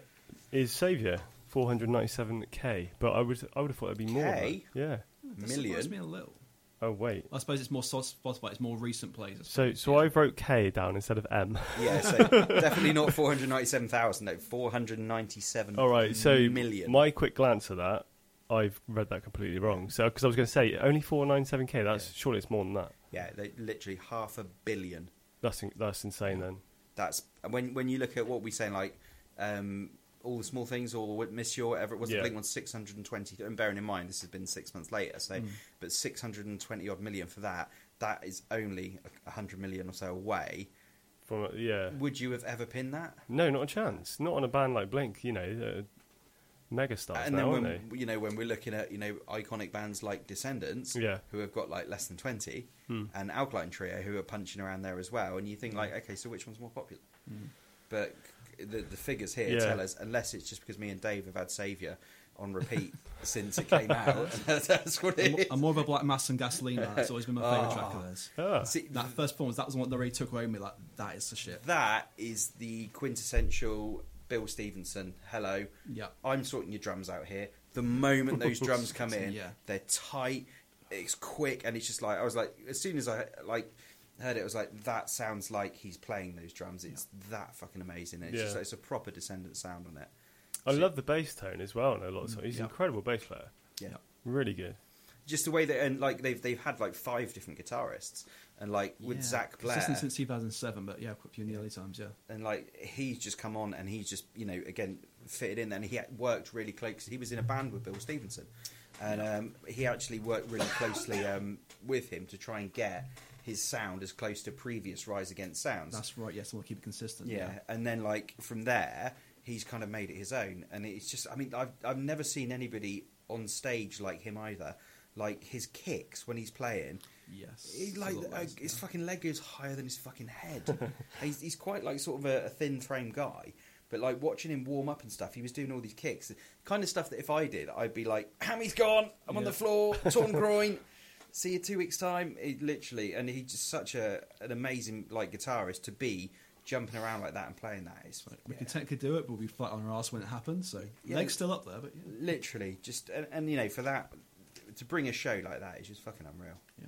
S3: is Savior, four hundred ninety-seven k. But I would I would have thought it'd be more. than
S2: K?
S3: that. Yeah.
S4: That surprised
S2: Million.
S4: me a little.
S3: Oh wait.
S4: I suppose it's more so- Spotify. It's more recent plays.
S3: So
S4: I suppose,
S3: so
S4: yeah.
S3: I wrote K down instead of M. [laughs]
S2: Yeah, so
S4: [laughs]
S2: definitely not 497,000, no, 497
S3: All right. So
S2: million.
S3: my quick glance at that, I've read that completely wrong. So because I was going to say only four nine seven k. That's surely it's more than that.
S2: Yeah, they, literally half a billion.
S3: That's in, that's insane. Then
S2: That's when when you look at what we saying, like um, all the small things or what Miss You or whatever it was,
S3: Yeah.
S2: the Blink one 620. And bearing in mind, this has been six months later, so but 620 odd million for that. That is only a 100 million or so away.
S3: from yeah.
S2: Would you have ever pinned that?
S3: No, not a chance. Not on a band like Blink. You know, uh, megastars
S2: and then
S3: now, aren't
S2: when
S3: they?
S2: you know when we're looking at you know iconic bands like Descendants,
S3: Yeah. Hmm.
S2: who have got like less than twenty, and Alkaline Trio, who are punching around there as well, and you think like, okay, so which one's more popular?
S4: Hmm.
S2: But the the figures here
S3: Yeah.
S2: tell us, unless it's just because me and Dave have had Saviour on repeat [laughs] since it came out, [laughs] that's what
S4: I'm,
S2: it is.
S4: I'm more of a Black Mass and Gasoline. man. That's always been my favourite track of theirs.
S3: Ah.
S2: See,
S4: That first performance, that was what they really took away with me. Like, that is the shit.
S2: that is the quintessential Bill Stevenson. Hello,
S4: Yeah.
S2: I'm sorting your drums out here. The moment
S4: [laughs]
S2: those drums come in,
S4: Yeah.
S2: they're tight, it's quick, and it's just like I was like, as soon as I like heard it, I was like, that sounds like he's playing those drums. It's that fucking amazing. And it's just
S3: Yeah.
S2: like, it's a proper Descendant sound on it.
S3: I love the bass tone as well in a lot of songs. He's
S4: yeah.
S3: an incredible bass player.
S2: yeah.
S3: Really good.
S2: Just the way that, and like they've they've had like five different guitarists, and like with
S4: Yeah.
S2: Zach Blair,
S4: Consistent since 2007, but yeah, quite a few in the early times, yeah.
S2: and like he's just come on and he's just you know again fitted in and he had- worked really close 'cause he was in a band with Bill Stevenson and um, he actually worked really closely um, with him to try and get his sound as close to previous Rise Against sounds
S4: That's right, yes, and we'll keep it consistent.
S2: yeah. and then like from there he's kind of made it his own and it's just I mean I've I've never seen anybody on stage like him either like his kicks when he's playing
S4: Yes.
S2: he,
S4: it's a
S2: like
S4: lot
S2: uh,
S4: less,
S2: his
S4: yeah.
S2: fucking leg goes higher than his fucking
S4: [laughs]
S2: head. he's, he's quite like sort of a, a thin frame guy, but like watching him warm up and stuff, he was doing all these kicks, kind of stuff that if I did, I'd be like, [laughs] "Hammy's gone, I'm on the floor,
S4: [laughs]
S2: torn groin." See you two weeks time. It literally, and he's just such a an amazing like guitarist to be jumping around like that and playing that. It's
S4: We
S2: yeah.
S4: can technically do it, but we'll be flat on our ass when it happens. So
S2: Yeah.
S4: legs still up there, but yeah.
S2: literally just and, and you know for that to bring a show like that is just fucking unreal.
S4: yeah.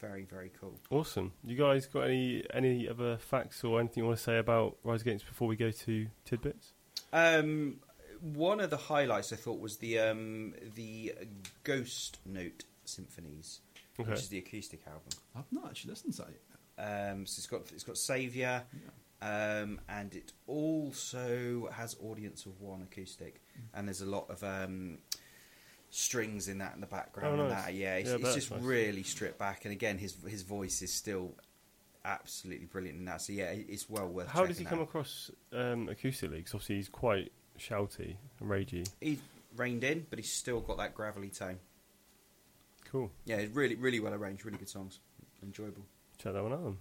S2: Very very cool.
S3: Awesome. You guys got any any other facts or anything you want to say about Rise Against before we go to tidbits?
S2: Um, one of the highlights I thought was the um, the Ghost Note Symphonies,
S3: Okay.
S2: which is the acoustic album.
S4: I've not actually listened to that yet.
S2: Um, so it's got it's got Savior, um, and it also has Audience of One acoustic,
S3: Mm.
S2: and there's a lot of um, strings in that in the background.
S3: Oh,
S2: and
S3: nice.
S2: that. Yeah, it's,
S3: Yeah,
S2: it's
S3: that's
S2: just
S3: nice.
S2: really stripped back, and again his his voice is still absolutely brilliant in that. So yeah, it- it's well worth.
S3: How does he
S2: checking
S3: come
S2: out.
S3: across um, acoustically? Because obviously he's quite shouty and ragey.
S2: He's reined in, but he's still got that gravelly tone.
S3: Cool.
S2: Yeah, it's really, really well arranged. Really good songs, enjoyable.
S3: Check that one out. then.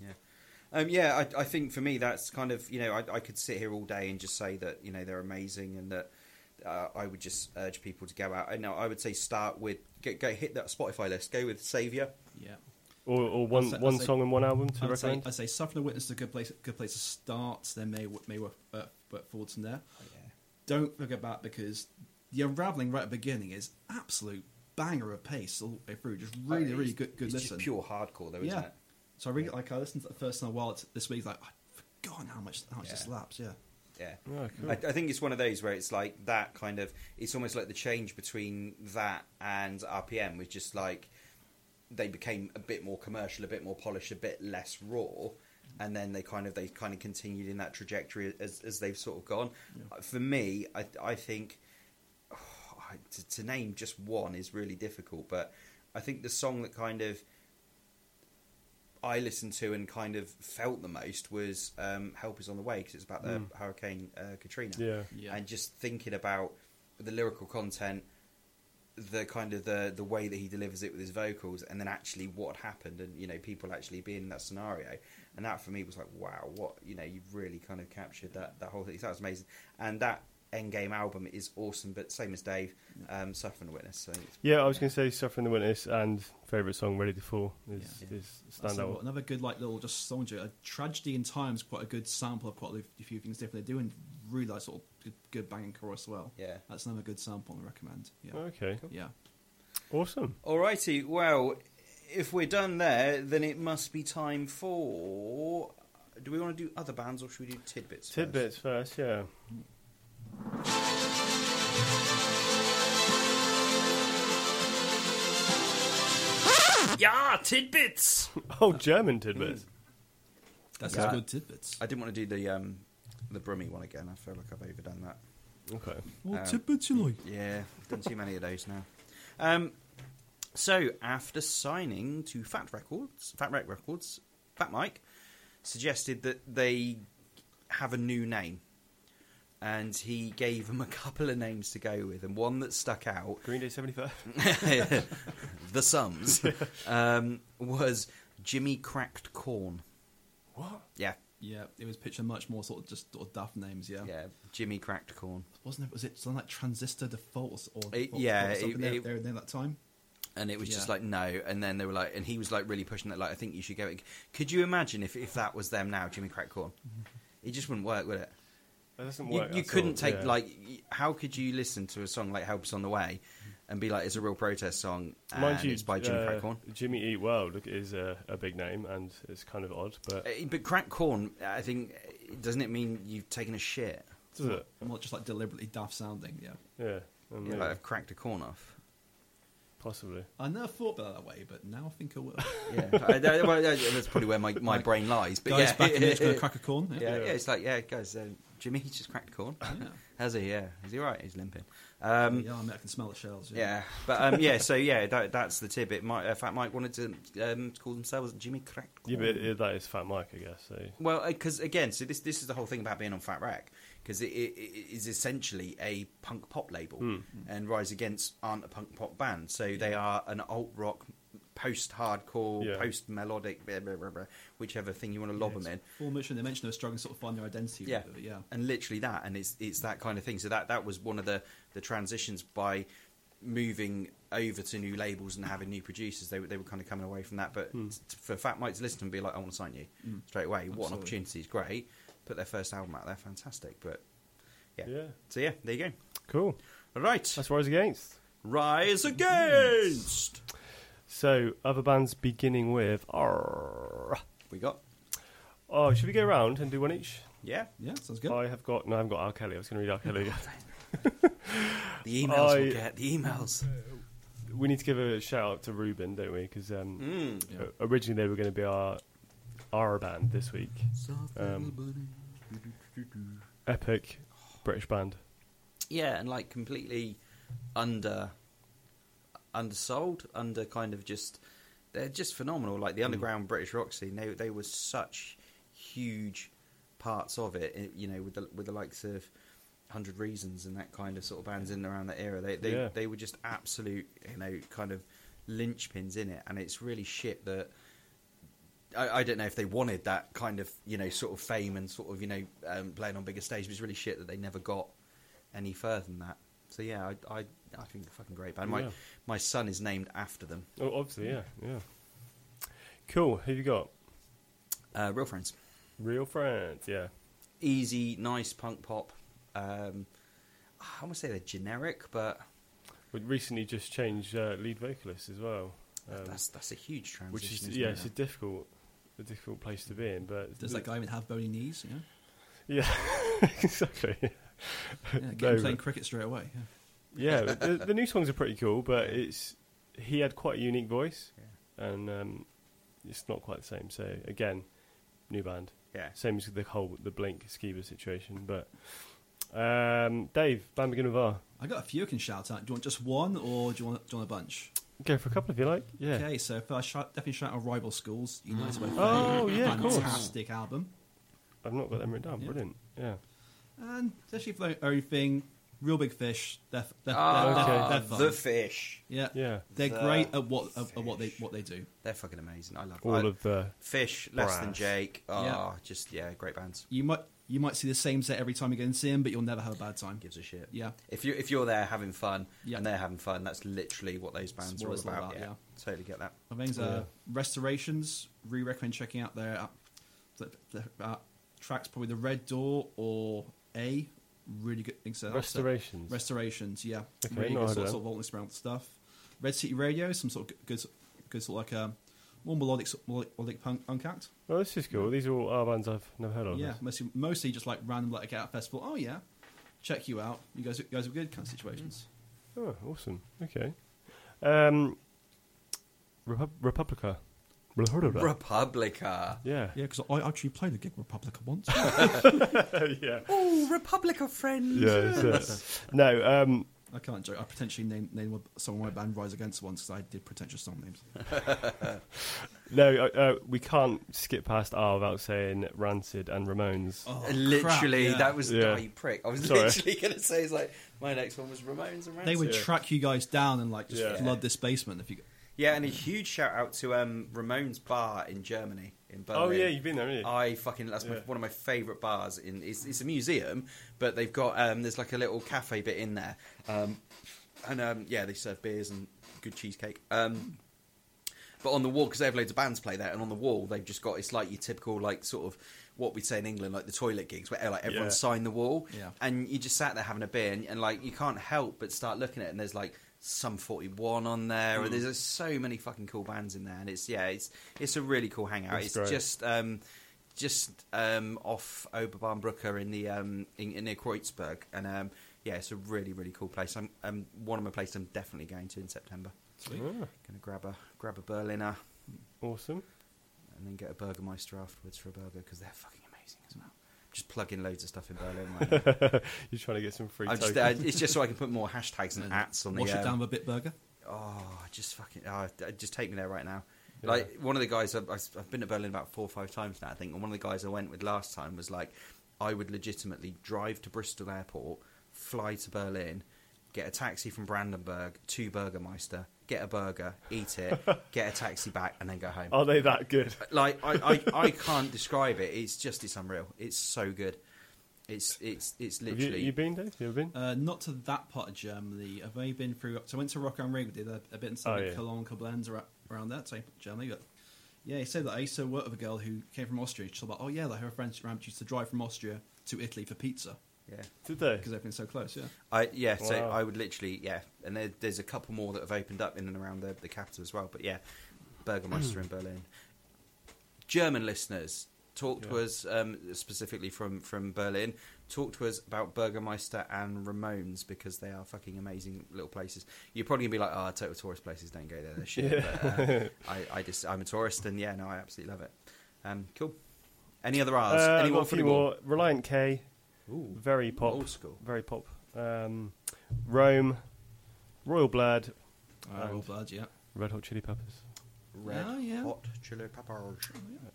S2: Yeah, um, yeah. I, I think for me, that's kind of you know, I, I could sit here all day and just say that you know they're amazing and that uh, I would just urge people to go out. And I would say start with go, go hit that Spotify list. Go with Savior.
S4: Yeah.
S3: Or, or one
S4: say- I'd
S3: one
S4: say-
S3: song and one album to
S4: I'd say,
S3: recommend.
S4: I'd say Suffering the Witness is a good place, good place to start, then may, may work, uh, work forwards from there.
S2: Yeah.
S4: Don't look back because the unravelling right at the beginning is absolute banger of pace all the way through. Just really, really good, good
S2: It's
S4: listen.
S2: just pure hardcore, though, isn't
S4: yeah.
S2: it?
S4: So I really like I listened to the first in a while t- this week. Like I've forgotten how much how much this
S2: Yeah.
S4: laps. Yeah.
S2: Yeah,
S3: Oh, cool.
S2: I, I think it's one of those where it's like that kind of. It's almost like the change between that and RPM was just like they became a bit more commercial, a bit more polished, a bit less raw, and then they kind of they kind of continued in that trajectory as as they've sort of gone. Uh, For me, I I think I- to, to name just one is really difficult, but I think the song that kind of I listened to and kind of felt the most was um, "Help Is on the Way" because it's about the Hurricane uh, Katrina,
S3: Yeah.
S4: Yeah.
S2: and just thinking about the lyrical content, the kind of the the way that he delivers it with his vocals, and then actually what happened, and you know people actually being in that scenario, and that for me was like, wow, what you know, you've really kind of captured that that whole thing. So That was amazing, and that Endgame album is awesome. But same as Dave, um, Suffering a Witness. So it's,
S3: Yeah, I was going to say "Suffering the Witness" and favorite song "Ready to Fall" is
S4: Yeah.
S3: is
S4: That's another-
S3: standout.
S4: another good like little just song. to it. A tragedy in times quite a good sample of quite a few things different they do and really like sort of good, good banging chorus as well.
S2: Yeah.
S4: That's another good sample I recommend. Yeah.
S3: Okay,
S4: Yeah.
S3: awesome.
S2: Alrighty, well, if we're done there, then it must be time for. Do we want to do other bands or should we do tidbits? first?
S3: Tidbits first, yeah.
S2: Yeah, tidbits.
S3: Oh, German tidbits.
S4: That's
S2: Yeah.
S4: good tidbits.
S2: I didn't want to do the um, the Brummy one again. I feel like I've overdone that.
S3: Okay.
S4: More
S2: Um,
S4: tidbits you like?
S2: Yeah, I've done too many of those now. Um, so after signing to Fat Records, Fat Wreck Records, Fat Mike suggested that they have a new name, and he gave them a couple of names to go with, and one that stuck out [laughs]
S3: Green Day seventy five.
S2: the sums um, was Jimmy cracked corn.
S3: What?
S2: Yeah,
S4: Yeah, it was picture much more sort of just sort of daft names. Yeah,
S2: yeah, Jimmy cracked corn,
S4: wasn't it? Was it something like transistor defaults or,
S2: It-
S4: or-
S2: yeah,
S4: or something
S2: it-
S4: there,
S2: it-
S4: there, there that time?
S2: and it was just
S4: Yeah.
S2: like no. And then they were like, and he was like really pushing that. Like, I think you should go. Could you imagine if if that was them now, Jimmy cracked corn? It just wouldn't work, would it?
S3: That doesn't
S2: You,
S3: work.
S2: you
S3: at
S2: couldn't
S3: all,
S2: take
S3: yeah.
S2: like, y- how could you listen to a song like "Helps on the Way" and be like, it's a real protest song, and
S3: Mind you,
S2: it's by Jimmy
S3: uh,
S2: cracked corn?
S3: Jimmy Eat World is a, a big name, and it's kind of odd, but
S2: Uh, But cracked corn, I think, uh, doesn't it mean you've taken a shit?
S3: does it?
S4: Not just like deliberately daft sounding. Yeah,
S3: Yeah, I
S2: Yeah,
S3: mean,
S2: like I've cracked a corn off.
S3: possibly.
S4: I never thought about it that way, but now I
S2: [laughs]
S4: think I will.
S2: Yeah, I, that- well, that- that's probably where my, my brain lies. But
S4: Guys,
S2: yeah,
S4: back in the
S2: [laughs]
S4: going to crack a corn. Yeah,
S2: yeah, Um, yeah, it's like yeah, guys. Uh, Jimmy, he's just cracked a corn.
S4: Yeah.
S2: How's he? Yeah, is he all right? He's limping. Um,
S4: Yeah, I, mean, I can smell the shells. Yeah,
S2: yeah, but um, yeah, so yeah, that, that's the tidbit. My, in fact, Mike wanted to um, call themselves Jimmy Cracked.
S3: Yeah,
S2: Corn.
S3: but it, that is Fat Mike, I guess. So.
S2: Well, because again, so this this is the whole thing about being on Fat Rack because it, it, it is essentially a punk pop label, and Rise Against aren't a punk pop band, so they are an alt rock, post hardcore,
S3: Yeah.
S2: post melodic, blah, blah, blah, blah, whichever thing you want to lob them in.
S4: full mission. They mentioned they were struggling to sort of find their identity.
S2: Yeah,
S4: with it, yeah.
S2: and literally that, and it's it's that kind of thing. So that that was one of the the transitions by moving over to new labels and having new producers. They were they were kind of coming away from that, but
S3: Hmm.
S2: t- for Fat Mike to listen to and be like, I want to sign you straight away. What an
S4: Absolutely.
S2: opportunity! It's great. Put their first album out there, fantastic. But yeah,
S3: Yeah.
S2: so yeah, there you go.
S3: Cool.
S2: All right,
S3: That's Rise Against.
S2: rise against.
S3: So, other bands beginning with. Arr.
S2: We got
S3: Oh, should we go around and do one each?
S2: yeah.
S4: yeah, sounds good.
S3: I have got. No, I haven't got R. Kelly. I was going to read
S2: [laughs]
S3: R. Kelly.
S2: The emails
S3: I-
S2: we'll get. The emails.
S3: we need to give a shout out to Ruben, don't we? Because um,
S2: Mm.
S4: Yeah.
S3: o- originally they were going to be our our band this week. Um, Epic British band.
S2: yeah, and like completely under undersold, under kind of just they're just phenomenal. Like the underground British rock scene, they they were such huge parts of it. eh, You know, with the with the likes of Hundred Reasons and that kind of sort of bands in and around that era, they they
S3: Yeah.
S2: they were just absolute you know kind of linchpins in it, and it's really shit that. I, I don't know if they wanted that kind of you know sort of fame and sort of you know um, playing on bigger stages. But it's really shit that they never got any further than that. So yeah, I I, I think they're fucking great band. My
S3: Yeah.
S2: my son is named after them.
S3: Oh, obviously, yeah, yeah. Cool. Who you got?
S2: Uh, Real friends,
S3: Real friends. Yeah.
S2: easy, nice punk pop. Um, I want to say they're generic, but
S3: We recently just changed uh, lead vocalist as well, um,
S2: that's that's a huge transition.
S3: which is
S2: isn't
S3: yeah,
S2: it?
S3: it's a difficult, a difficult place to be in. But
S4: Does that guy even have bony knees?
S3: [laughs]
S4: Yeah,
S3: Yeah, exactly.
S4: yeah get him
S3: No,
S4: playing
S3: but-
S4: cricket straight away. Yeah.
S3: Yeah, the, the new songs are pretty cool, but it's he had quite a unique voice, and um, it's not quite the same. So again, new band,
S2: Yeah.
S3: same as the whole the Blink Skiba situation. But um, Dave, band begin with R.
S4: I got a few I can shout out. Do you want just one or do you want, do you want a bunch?
S3: Go for a couple if you like. Yeah.
S4: Okay, so first, shout, definitely shout out Rival Schools,
S3: [gasps]
S4: United by Fate.
S3: Oh, yeah, of course.
S4: Fantastic album.
S3: I've not got them written down.
S4: Yeah.
S3: Brilliant. Yeah.
S4: And especially for their own thing, Real Big Fish. They're, f- they're,
S2: Ah,
S4: they're,
S3: okay.
S4: they're, they're fun.
S2: the fish.
S4: yeah.
S3: Yeah.
S4: They're
S2: The
S4: great at what at, at what they
S2: Fish.
S4: what they do.
S2: They're fucking amazing. I love
S3: All
S2: I-
S3: of the
S2: fish. Less than
S3: Brass.
S2: Jake. Oh,
S4: Yeah.
S2: just yeah, great bands.
S4: You might you might see the same set every time you go and see them, but you'll never have a bad time.
S2: Gives a shit.
S4: Yeah.
S2: If you if you're there having fun
S4: Yeah.
S2: and they're having fun, that's literally what those bands
S4: what
S2: are all
S4: it's all
S2: about.
S4: about,
S2: yeah.
S4: yeah.
S2: totally get that.
S4: I think uh,
S3: Yeah.
S4: restorations. Re recommend checking out their uh, the, the, uh, tracks. Probably the Red Door or A. Really good. Things so.
S3: restorations.
S4: Restorations, yeah.
S3: Okay,
S4: really
S3: no
S4: good
S3: idea.
S4: sort, sort of alt experimental stuff. Red City Radio, some sort of good, good sort of like a more melodic, sort- melodic, melodic punk, punk act.
S3: oh, this is cool. These are all R bands I've never heard of.
S4: yeah, mostly, mostly just like random like out festival. Oh yeah, check you out. You guys, you guys are good kind of situations.
S3: Oh, awesome. Okay. Um, Repub- Republica.
S2: Republica.
S3: yeah.
S4: Yeah, because I actually played the gig Republica once.
S3: [laughs] yeah.
S2: Oh, Republica friends.
S3: Yeah. it's, uh, no. Um,
S4: I can't joke. I potentially named named someone my band Rise Against once because I did pretentious
S2: [laughs]
S4: song names.
S3: no. Uh, uh, we can't skip past R without saying Rancid and Ramones.
S4: Oh, crap,
S2: Uh, literally,
S4: yeah.
S2: that was
S3: Yeah.
S2: oh, you prick. I was
S3: Sorry.
S2: literally going to say, it's like my next one was Ramones and Rancid.
S4: They would
S3: Yeah.
S4: track you guys down and like just
S3: Yeah.
S4: flood this basement if you.
S2: Yeah, and a huge shout out to um, Ramones Bar in Germany in Berlin.
S3: Oh, yeah, you've been there, haven't you?
S2: I fucking that's my,
S3: Yeah.
S2: one of my favourite bars. In it's, it's a museum, but they've got um, there's like a little cafe bit in there, um, and um, yeah, they serve beers and good cheesecake. Um, but on the wall, because they have loads of bands play there, and on the wall they've just got it's like your typical like sort of what we'd say in England, like the toilet gigs, where like everyone
S3: Yeah.
S2: signed the wall,
S4: Yeah.
S2: and you just sat there having a beer, and, and like you can't help but start looking at it, and there's like some 41 on there,
S3: Mm.
S2: and there's uh, so many fucking cool bands in there, and it's yeah, it's it's a really cool hangout.
S3: That's
S2: it's
S3: great.
S2: just um, just um, off Oberbahnbrücke in the um, in, in near Kreuzberg, and um, yeah, it's a really really cool place. I'm um, one of my places I'm definitely going to in September.
S3: Ah,
S2: Gonna grab a grab a Berliner
S3: awesome. [laughs]
S2: and then get a Burgermeister afterwards for a burger because they're fucking amazing as well. Just plug in loads of stuff in Berlin. Right now.
S3: You're trying to get some free
S2: I'm just, uh,
S3: [laughs] tokens.
S2: it's just so I can put more hashtags
S3: [laughs]
S2: and ats on
S4: Wash
S2: the.
S4: it
S2: um,
S4: down with a bit burger.
S2: Oh, just fucking! Oh, d- just take me there right now.
S3: Yeah.
S2: Like one of the guys I've, I've been to Berlin about four or five times now, I think, and one of the guys I went with last time was like, I would legitimately drive to Bristol Airport, fly to Berlin, get a taxi from Brandenburg to Burgermeister, get a burger, eat
S3: [laughs]
S2: it, get a taxi back, and then go home.
S3: Are they that good?
S2: Like I, I, I can't describe it. It's just it's unreal. It's so good. It's it's it's
S3: Have you,
S2: literally
S3: you been, Dave? You ever been?
S4: Uh, not to that part of Germany. I've only been through. So I went to Rock and Rig. Did a, a bit in
S3: Oh,
S4: Southern
S3: yeah.
S4: Cologne, Koblenz, ar- around that type of Germany. But yeah, he said that I used to work with a girl who came from Austria. She's like, oh yeah, like her friends around used to drive from Austria to Italy for pizza
S2: yeah.
S3: Did they?
S4: because everything's so close. Yeah,
S2: I yeah, so
S3: Wow.
S2: I would literally yeah, and there, there's a couple more that have opened up in and around the, the capital as well. But yeah, Burgermeister in Berlin. German listeners, talk to
S3: Yeah.
S2: us um, specifically from from Berlin. Talk to us about Burgermeister and Ramones because they are fucking amazing little places. You're probably gonna be like, oh, total tourist places don't go there. They're shit. But, uh,
S3: [laughs]
S2: I, I just I'm a tourist, and yeah, no, I absolutely love it. Um, cool. Any other R's?
S3: Uh, I've
S2: Anyone
S3: got a few more. Reliant K,
S2: Ooh,
S3: very pop,
S2: old school.
S3: very pop. Um, Rome, Royal Blood,
S4: uh, all blood. Yeah,
S3: Red Hot Chili Peppers.
S2: Red
S4: Oh, yeah.
S2: hot chili peppers.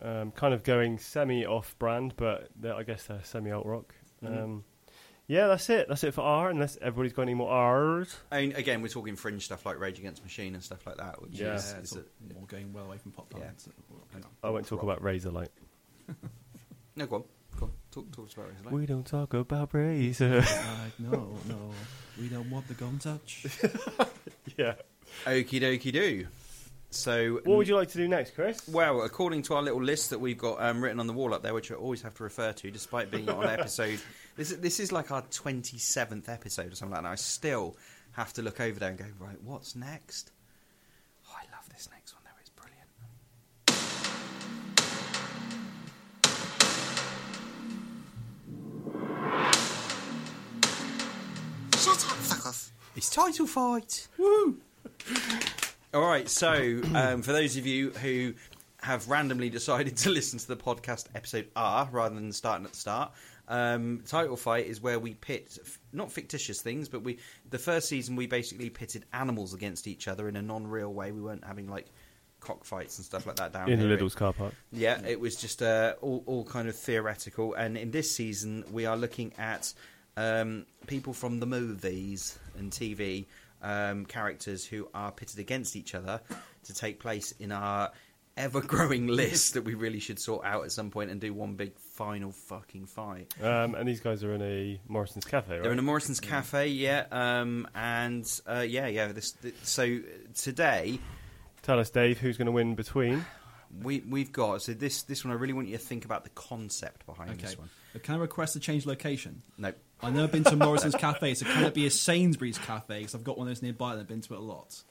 S3: um, kind of going semi off brand, but they're, I guess they're semi alt rock. Um, yeah, that's it. That's it for R. Unless everybody's got any more R's.
S2: And again, we're talking fringe stuff like Rage Against the Machine and stuff like that, which
S3: Yeah. Oh.
S2: is,
S4: Yeah, it's
S2: is
S4: all,
S2: a-
S4: all going well away from pop
S2: Yeah.
S4: bands. Yeah.
S3: I won't talk about Razorlight.
S2: no. Go on, go on. Talk, talk to us about Razor.
S3: We don't talk about Razor.
S4: Like, Uh, no, no, we don't want the gum touch.
S3: [laughs] [laughs] yeah.
S2: Okie dokie do. So,
S3: What would you like to do next, Chris?
S2: well, according to our little list that we've got um, written on the wall up there, which I always have to refer to,
S3: [laughs]
S2: despite being on episode, this is, this is like our twenty seventh episode or something like that. and I still have to look over there and go, right, what's next? Oh, I love this next one, though. It's brilliant.
S5: Shut up, fuckers.
S2: It's title fight. Woo! All right, so um, for those of you who have randomly decided [laughs] to listen to the podcast episode R rather than starting at the start, um, title fight is where we pit f- not fictitious things, but we the first season we basically pitted animals against each other in a non-real way. We weren't having like cockfights and stuff like that down
S3: in
S2: here.
S3: Lidl's car park.
S2: Yeah, it was just uh, all, all kind of theoretical. And in this season, we are looking at um, people from the movies and TV, um, characters who are pitted against each other to take place in our ever growing [laughs] list that we really should sort out at some point and do one big final fucking fight.
S3: Um, and these guys are in a Morrison's cafe, right?
S2: They're in a Morrison's Cafe, yeah. Um, and uh, yeah, yeah. This, th so today.
S3: Tell us, Dave, who's going to win between?
S2: We, we've got so this this one. I really want you to think about the concept behind
S4: Okay.
S2: this one.
S4: But Can I request to change location?
S2: No,
S4: I've never been to Morrison's Cafe, so can it be a Sainsbury's Cafe? Because I've got one of those nearby and I've been to it a lot.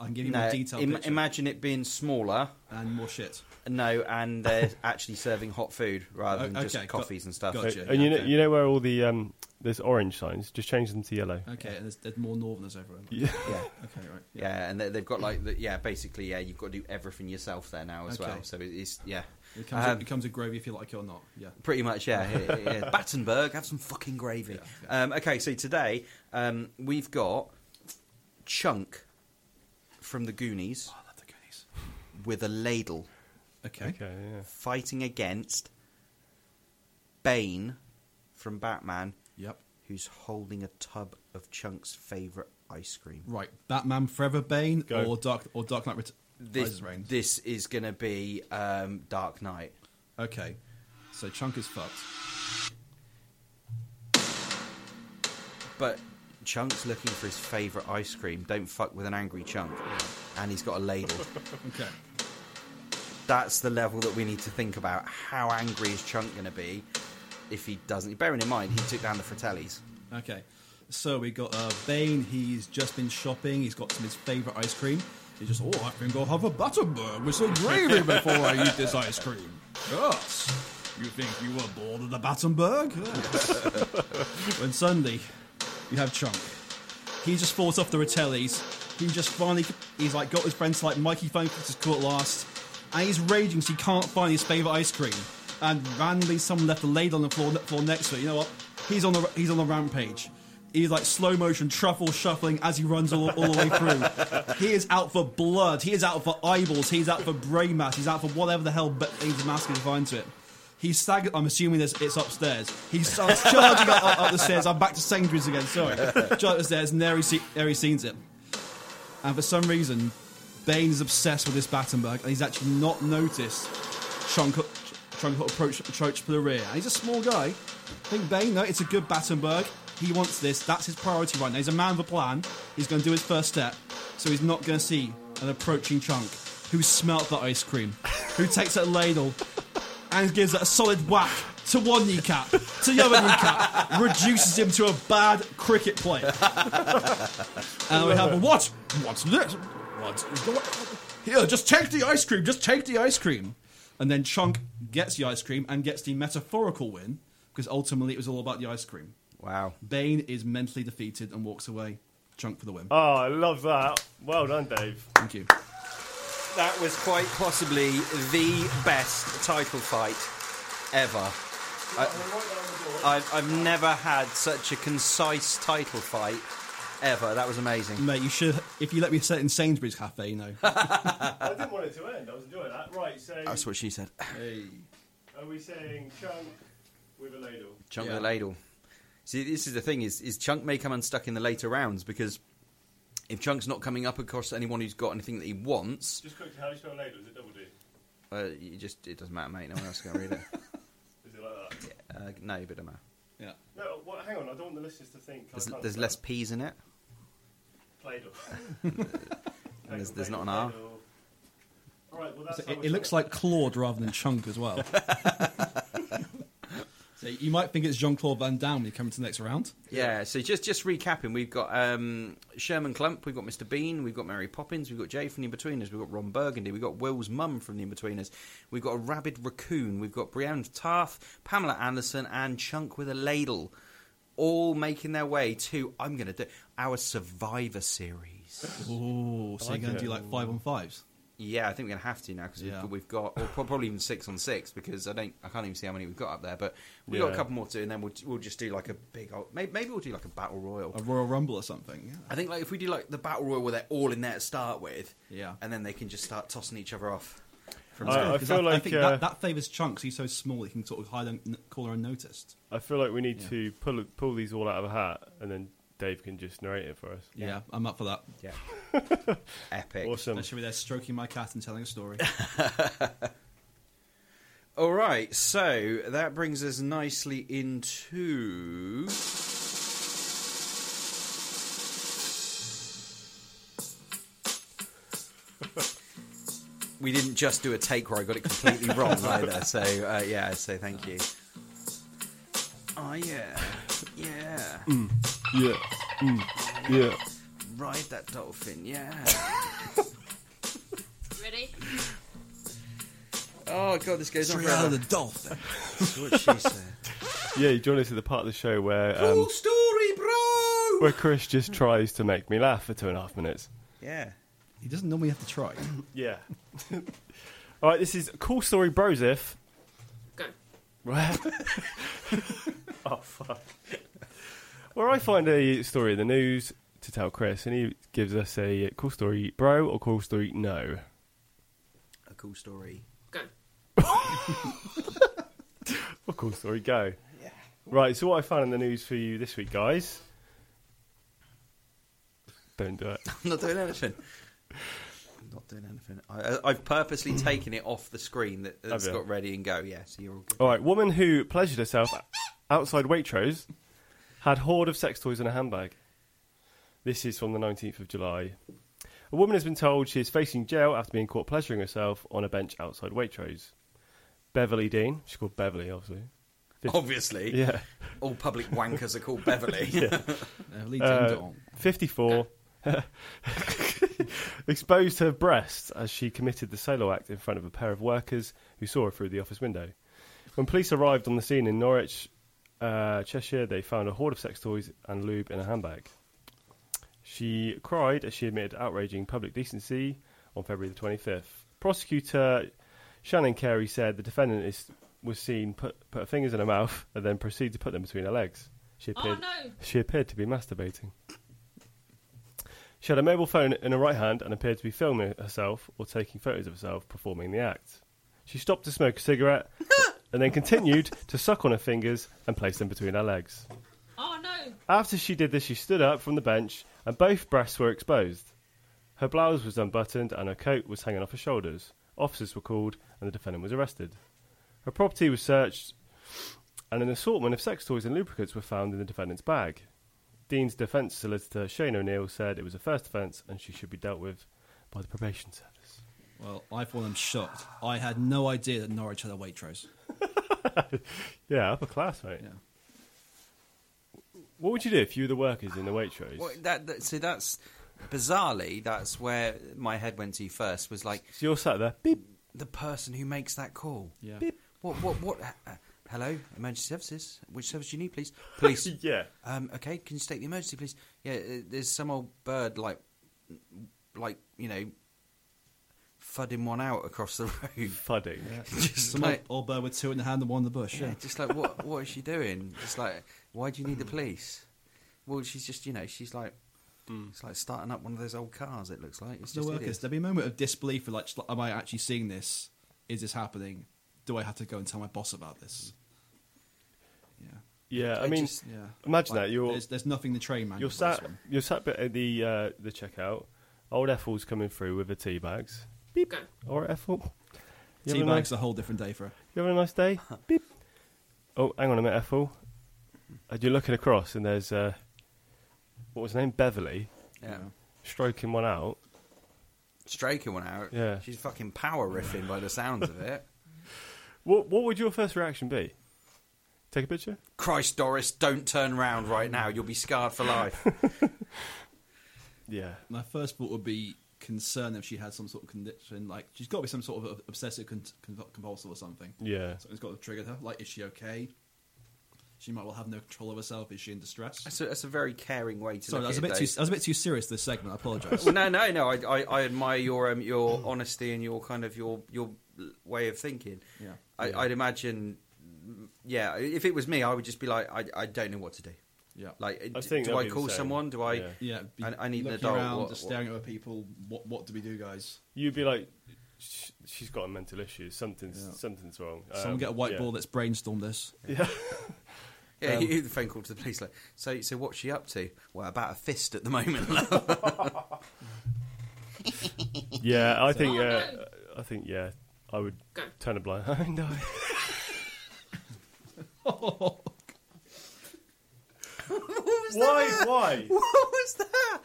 S4: I can give you more detailed
S2: im-
S4: picture
S2: imagine it being smaller.
S4: and more shit.
S2: No, and
S4: [laughs]
S2: they're actually serving hot food rather than
S4: O-
S2: just
S4: okay, got-
S2: coffees and stuff.
S3: So-
S4: Gotcha,
S3: Uh, and you
S4: yeah,
S3: know,
S4: okay.
S3: you know where all the um, there's orange signs. Just change them to yellow.
S4: Okay, and there's, there's more Northerners everywhere.
S3: Yeah.
S2: Yeah,
S4: Okay, right.
S2: yeah, and they- they've got like the, yeah, basically yeah, you've got to do everything yourself there now as
S4: Okay.
S2: well. So it- it's yeah,
S4: It comes,
S2: Um,
S4: it comes with gravy if you like it or not. Yeah.
S2: pretty much yeah. yeah,
S4: [laughs]
S2: yeah. Battenberg, have some fucking gravy.
S4: Yeah,
S2: Um, okay, so today um, we've got Chunk from the Goonies
S4: I love the Goonies.
S2: with a ladle
S4: Okay.
S3: Okay. Yeah.
S2: fighting against Bane from Batman
S4: Yep.
S2: who's holding a tub of Chunk's favourite ice cream.
S4: Right. Batman Forever Bane
S3: Go.
S4: or Dark or Dark Knight Ret-
S2: This
S4: Rises Reigns.
S2: this is going to be um, Dark Knight.
S4: Okay. So Chunk is fucked.
S2: But Chunk's looking for his favourite ice cream. Don't fuck with an angry Chunk. And he's got a [laughs] ladle.
S4: Okay.
S2: That's the level that we need to think about. How angry is Chunk going to be if he doesn't? Bearing in mind, he took down the Fratellis.
S4: Okay. So we got uh, Bane. He's just been shopping. He's got some of his favorite ice cream. He's just, oh, I think I'll have a butterburger with some gravy before I eat this ice cream. Yes. You think you were bored of the Battenberg? [laughs] when suddenly, you have Chunk. He just falls off the Rotellis. He just finally, he's like got his friends like Mikey Phone is caught last, and he's raging so he can't find his favorite ice cream. And randomly, someone left a ladle on the floor, floor next to it. You know what? He's on the he's on the rampage. He's like slow motion truffle shuffling as he runs all, all the way through. he is out for blood. He is out for eyeballs. He's out for brain mass. He's out for whatever the hell but he's mask is assigned to it. He staggered. I'm assuming this, it's upstairs. He starts charging up, up, up the stairs. I'm back to Sainsbury's again. Sorry, charging up the stairs. And there he, see, there he sees it. And for some reason, Bane is obsessed with this Battenberg, and he's actually not noticed Trunk Trunk approach approach for the rear. And he's a small guy. I think Bane. No, it's a good Battenberg. He wants this. That's his priority right now. He's a man with a plan. He's going to do his first step, so he's not going to see an approaching Trunk who smelt the ice cream, who takes that ladle and gives it a solid whack to one kneecap, to the other kneecap, reduces him to a bad cricket player. and we have a what? What's this? What's Here, just take the ice cream, just take the ice cream. And then Chunk gets the ice cream and gets the metaphorical win, because ultimately it was all about the ice cream.
S2: Wow.
S4: Bane is mentally defeated and walks away. Chunk for the win.
S3: Oh, I love that. Well done, Dave.
S4: Thank you.
S2: That was quite possibly the best title fight ever. I, I've, I've never had such a concise title fight ever. That was amazing.
S4: Mate, you should. If you let me sit in Sainsbury's cafe, you know. [laughs]
S3: I didn't want it to end. I was enjoying that. Right. So,
S2: That's what she said. [sighs]
S3: are we saying chunk with a ladle?
S2: Chunk
S4: Yeah.
S2: the ladle. See, this is the thing: is, is Chunk may come unstuck in the later rounds because if Chunk's not coming up across anyone who's got anything that he wants,
S3: Just quickly, how do you spell ladle? Is it double D?
S2: uh, you just it doesn't matter, mate. No one else can read [laughs] it.
S3: Is it like that?
S2: Uh, no, but it don't matter.
S4: yeah.
S3: No. What, hang on. I don't want the listeners to think.
S2: There's, there's less peas in it.
S3: [laughs] Ladle.
S2: There's- there's not an R.
S3: All right. Well, that's
S4: So
S3: how
S4: it,
S3: we're
S4: it looks
S3: done.
S4: [laughs] like Claude rather than Chunk as well. You might think it's Jean Claude Van Damme when you come to the next round.
S2: Yeah, so just just recapping, we've got um, Sherman Clump, we've got Mr. Bean, we've got Mary Poppins, we've got Jay from the Inbetweeners, we've got Ron Burgundy, we've got Will's mum from the Inbetweeners, we've got a rabid raccoon, we've got Brianne Tarth, Pamela Anderson, and Chunk with a Ladle, all making their way to I'm going to do our Survivor series.
S4: [laughs] Oh, so
S3: like
S4: you're going
S3: it.
S4: to do like five on fives?
S2: Yeah, I think we're going to have to now because
S4: Yeah.
S2: we've, we've got or pro- probably even six on six because I don't I can't even see how many we've got up there, but we've got a
S3: Yeah.
S2: couple more to, do, and then we'll we'll just do like a big old maybe, maybe we'll do like a battle royal.
S4: A Royal Rumble or something? Yeah.
S2: I think like if we do like the battle royal where they're all in there to start with,
S4: Yeah.
S2: and then they can just start tossing each other off. From
S3: I-
S2: there.
S3: I
S4: 'Cause
S3: feel like,
S4: think
S3: uh,
S4: that, that favours Chunks. He's so small he can sort of hide and call her unnoticed.
S3: I feel like we need
S4: Yeah.
S3: to pull pull these all out of a hat, and then Dave can just narrate it for us.
S4: Yeah, I'm up for that.
S2: yeah, epic.
S3: Awesome.
S4: I should be there stroking my cat and telling
S2: [laughs]
S4: a story.
S2: All right, so that brings us nicely into. We didn't just do a take where I got it completely wrong either. So uh, yeah, so thank you. Oh yeah, yeah.
S3: Yeah, Mm. yeah.
S2: Ride that dolphin, yeah.
S6: Ready?
S2: oh god, this goes on
S4: Straight out of
S2: forever.
S4: the dolphin.
S2: That's what she said.
S3: Yeah, you join us at the part of the show where um,
S2: story, bro.
S3: where Chris just tries to make me laugh for two and a half minutes.
S2: Yeah.
S4: He doesn't normally have to try.
S2: Uh,
S3: Yeah. [laughs] all right, this is cool story, Brosif.
S6: Go.
S3: Where? [laughs] oh fuck. Where I find a story in the news to tell Chris, and he gives us a cool story, bro, or cool story, no.
S2: A cool story. [laughs]
S6: Go.
S3: Or cool story, go. Yeah. Right. So what I found in the news for you this week, guys. Don't do it.
S2: I'm not doing anything. I'm not doing anything. I, I- I've purposely taken it off the screen that, that's
S3: Have you?
S2: got ready and go. Yeah, so you're all good.
S3: All right. Woman who pleasured herself outside Waitrose had hoard of sex toys in a handbag. This is from the 19th of July. A woman has been told she is facing jail after being caught pleasuring herself on a bench outside Waitrose. Beverly Dean, she's called Beverly, obviously.
S2: Obviously,
S3: Yeah.
S2: all public wankers are called Beverly.
S4: Uh, Lee
S3: Uh,
S4: Ding Dong.
S3: 54 exposed her breasts as she committed the Salo Act in front of a pair of workers who saw her through the office window. When police arrived on the scene in Norwich, uh, Cheshire, they found a hoard of sex toys and lube in a handbag. She cried as she admitted outraging public decency on February the 25th. Prosecutor Shannon Carey said the defendant is, was seen put, put her fingers in her mouth and then proceed to put them between her legs. She
S6: Oh,
S3: appeared,
S6: no.
S3: she appeared to be masturbating. She had a mobile phone in her right hand and appeared to be filming herself or taking photos of herself performing the act. She stopped to smoke a cigarette and then continued to suck on her fingers and place them between her legs.
S6: Oh no.
S3: After she did this, she stood up from the bench and both breasts were exposed. Her blouse was unbuttoned and her coat was hanging off her shoulders. Officers were called and the defendant was arrested. Her property was searched and an assortment of sex toys and lubricants were found in the defendant's bag. Dean's defence solicitor Shane O'Neill said it was a first offence and she should be dealt with by the probation service.
S4: Well, I for one am shocked. I had no idea that Norwich had a Waitrose.
S3: Yeah, upper class, mate.
S4: Yeah.
S3: What would you do if you were the workers in the
S2: [laughs]
S3: Waitrose?
S2: Well, that, that, so that's bizarrely that's where my head went to first. Was like
S3: So you're sat there, beep,
S2: the person who makes that call.
S4: Yeah.
S3: beep.
S2: What? What? What? Uh, hello, emergency services. Which service do you need, please?
S3: [laughs]
S2: Police.
S3: [laughs] Yeah.
S2: Um, okay, can you state the emergency, please? Yeah, uh, there's some old bird like, like you know, fudding one out across the [laughs] road.
S3: Fudding.
S4: [laughs]
S2: just
S4: Some old,
S2: like,
S4: old bird with two in the hand and one in the bush. Yeah.
S2: yeah, just like what? What is she doing? Just like, why do you need the police? Well, she's just you know, she's like, it's like starting up one of those old cars. It looks like it's
S4: the
S2: just
S4: workers.
S2: idiot.
S4: There'd be a moment of disbelief, for like, just like, am I actually seeing this? Is this happening? Do I have to go and tell my boss about this? Yeah,
S2: Mm.
S3: Yeah, I
S2: It
S3: mean,
S2: just-
S4: yeah.
S3: imagine
S4: Like,
S3: that you're
S4: there's, there's nothing in the train manual.
S3: you're
S4: for this
S3: sat
S4: one.
S3: you're sat bit at the uh, the checkout. Old Ethel's coming through with her tea bags. Beep.
S6: Go.
S3: All right, Ethel. You having
S4: Tea
S3: a
S4: bags
S3: nice-
S4: a whole different day for her.
S3: you having a nice
S4: [laughs]
S3: day? Beep. Oh, hang on a minute, Ethel. And you're looking across, and there's uh, what was her name? Beverly
S2: Yeah,
S3: stroking one out.
S2: stroking one out.
S3: Yeah.
S2: she's fucking power riffing by the sounds of it. [laughs]
S3: What what would your first reaction be? Take a picture.
S2: Christ, Doris, don't turn round right now. You'll be scarred for
S4: [laughs]
S2: life.
S3: Yeah.
S4: My first thought would be concern if she had some sort of condition. Like she's got to be some sort of obsessive con- con- compulsive or something.
S3: Yeah.
S4: Something's got to have triggered her. Like, is she okay? She might well have no control of herself. Is she in distress?
S2: that's, a, that's a very caring way to
S4: Sorry, that
S2: look
S4: was a
S2: at
S4: bit
S2: it,
S4: too.
S2: Dave.
S4: That was a bit too serious. This segment. I apologise.
S2: well, [laughs] no, no, no. I, I, I admire your um, your
S4: Mm.
S2: honesty and your kind of your your way of thinking.
S4: Yeah.
S2: I, I'd imagine. Yeah, if it was me, I would just be like, I, I don't know what to do.
S4: yeah.
S2: Like, d-
S3: think
S2: do
S3: that'd
S2: I
S3: be the
S2: call
S3: same.
S2: someone? Do I?
S3: Yeah.
S4: yeah. be
S2: I- I need an
S4: looking
S2: adult,
S4: around,
S2: what-
S4: just staring at other people. What What do we do, guys?
S3: You'd be like, "Sh- she's got a mental issue. Something's
S4: Yeah.
S3: something's wrong.
S4: Someone
S3: Um,
S4: get a whiteboard.
S3: yeah.
S4: Let's brainstorm this.
S3: Yeah. Um,
S2: Yeah, you- [laughs] the phone call to the police. Like, so, so what's she up to? Well, about a fist at the moment. [laughs]
S3: yeah. I think. Uh, I think. Yeah. I would turn a blind eye [laughs] and die. Oh,
S2: [laughs]
S3: Why? Why?
S2: [laughs] what was that?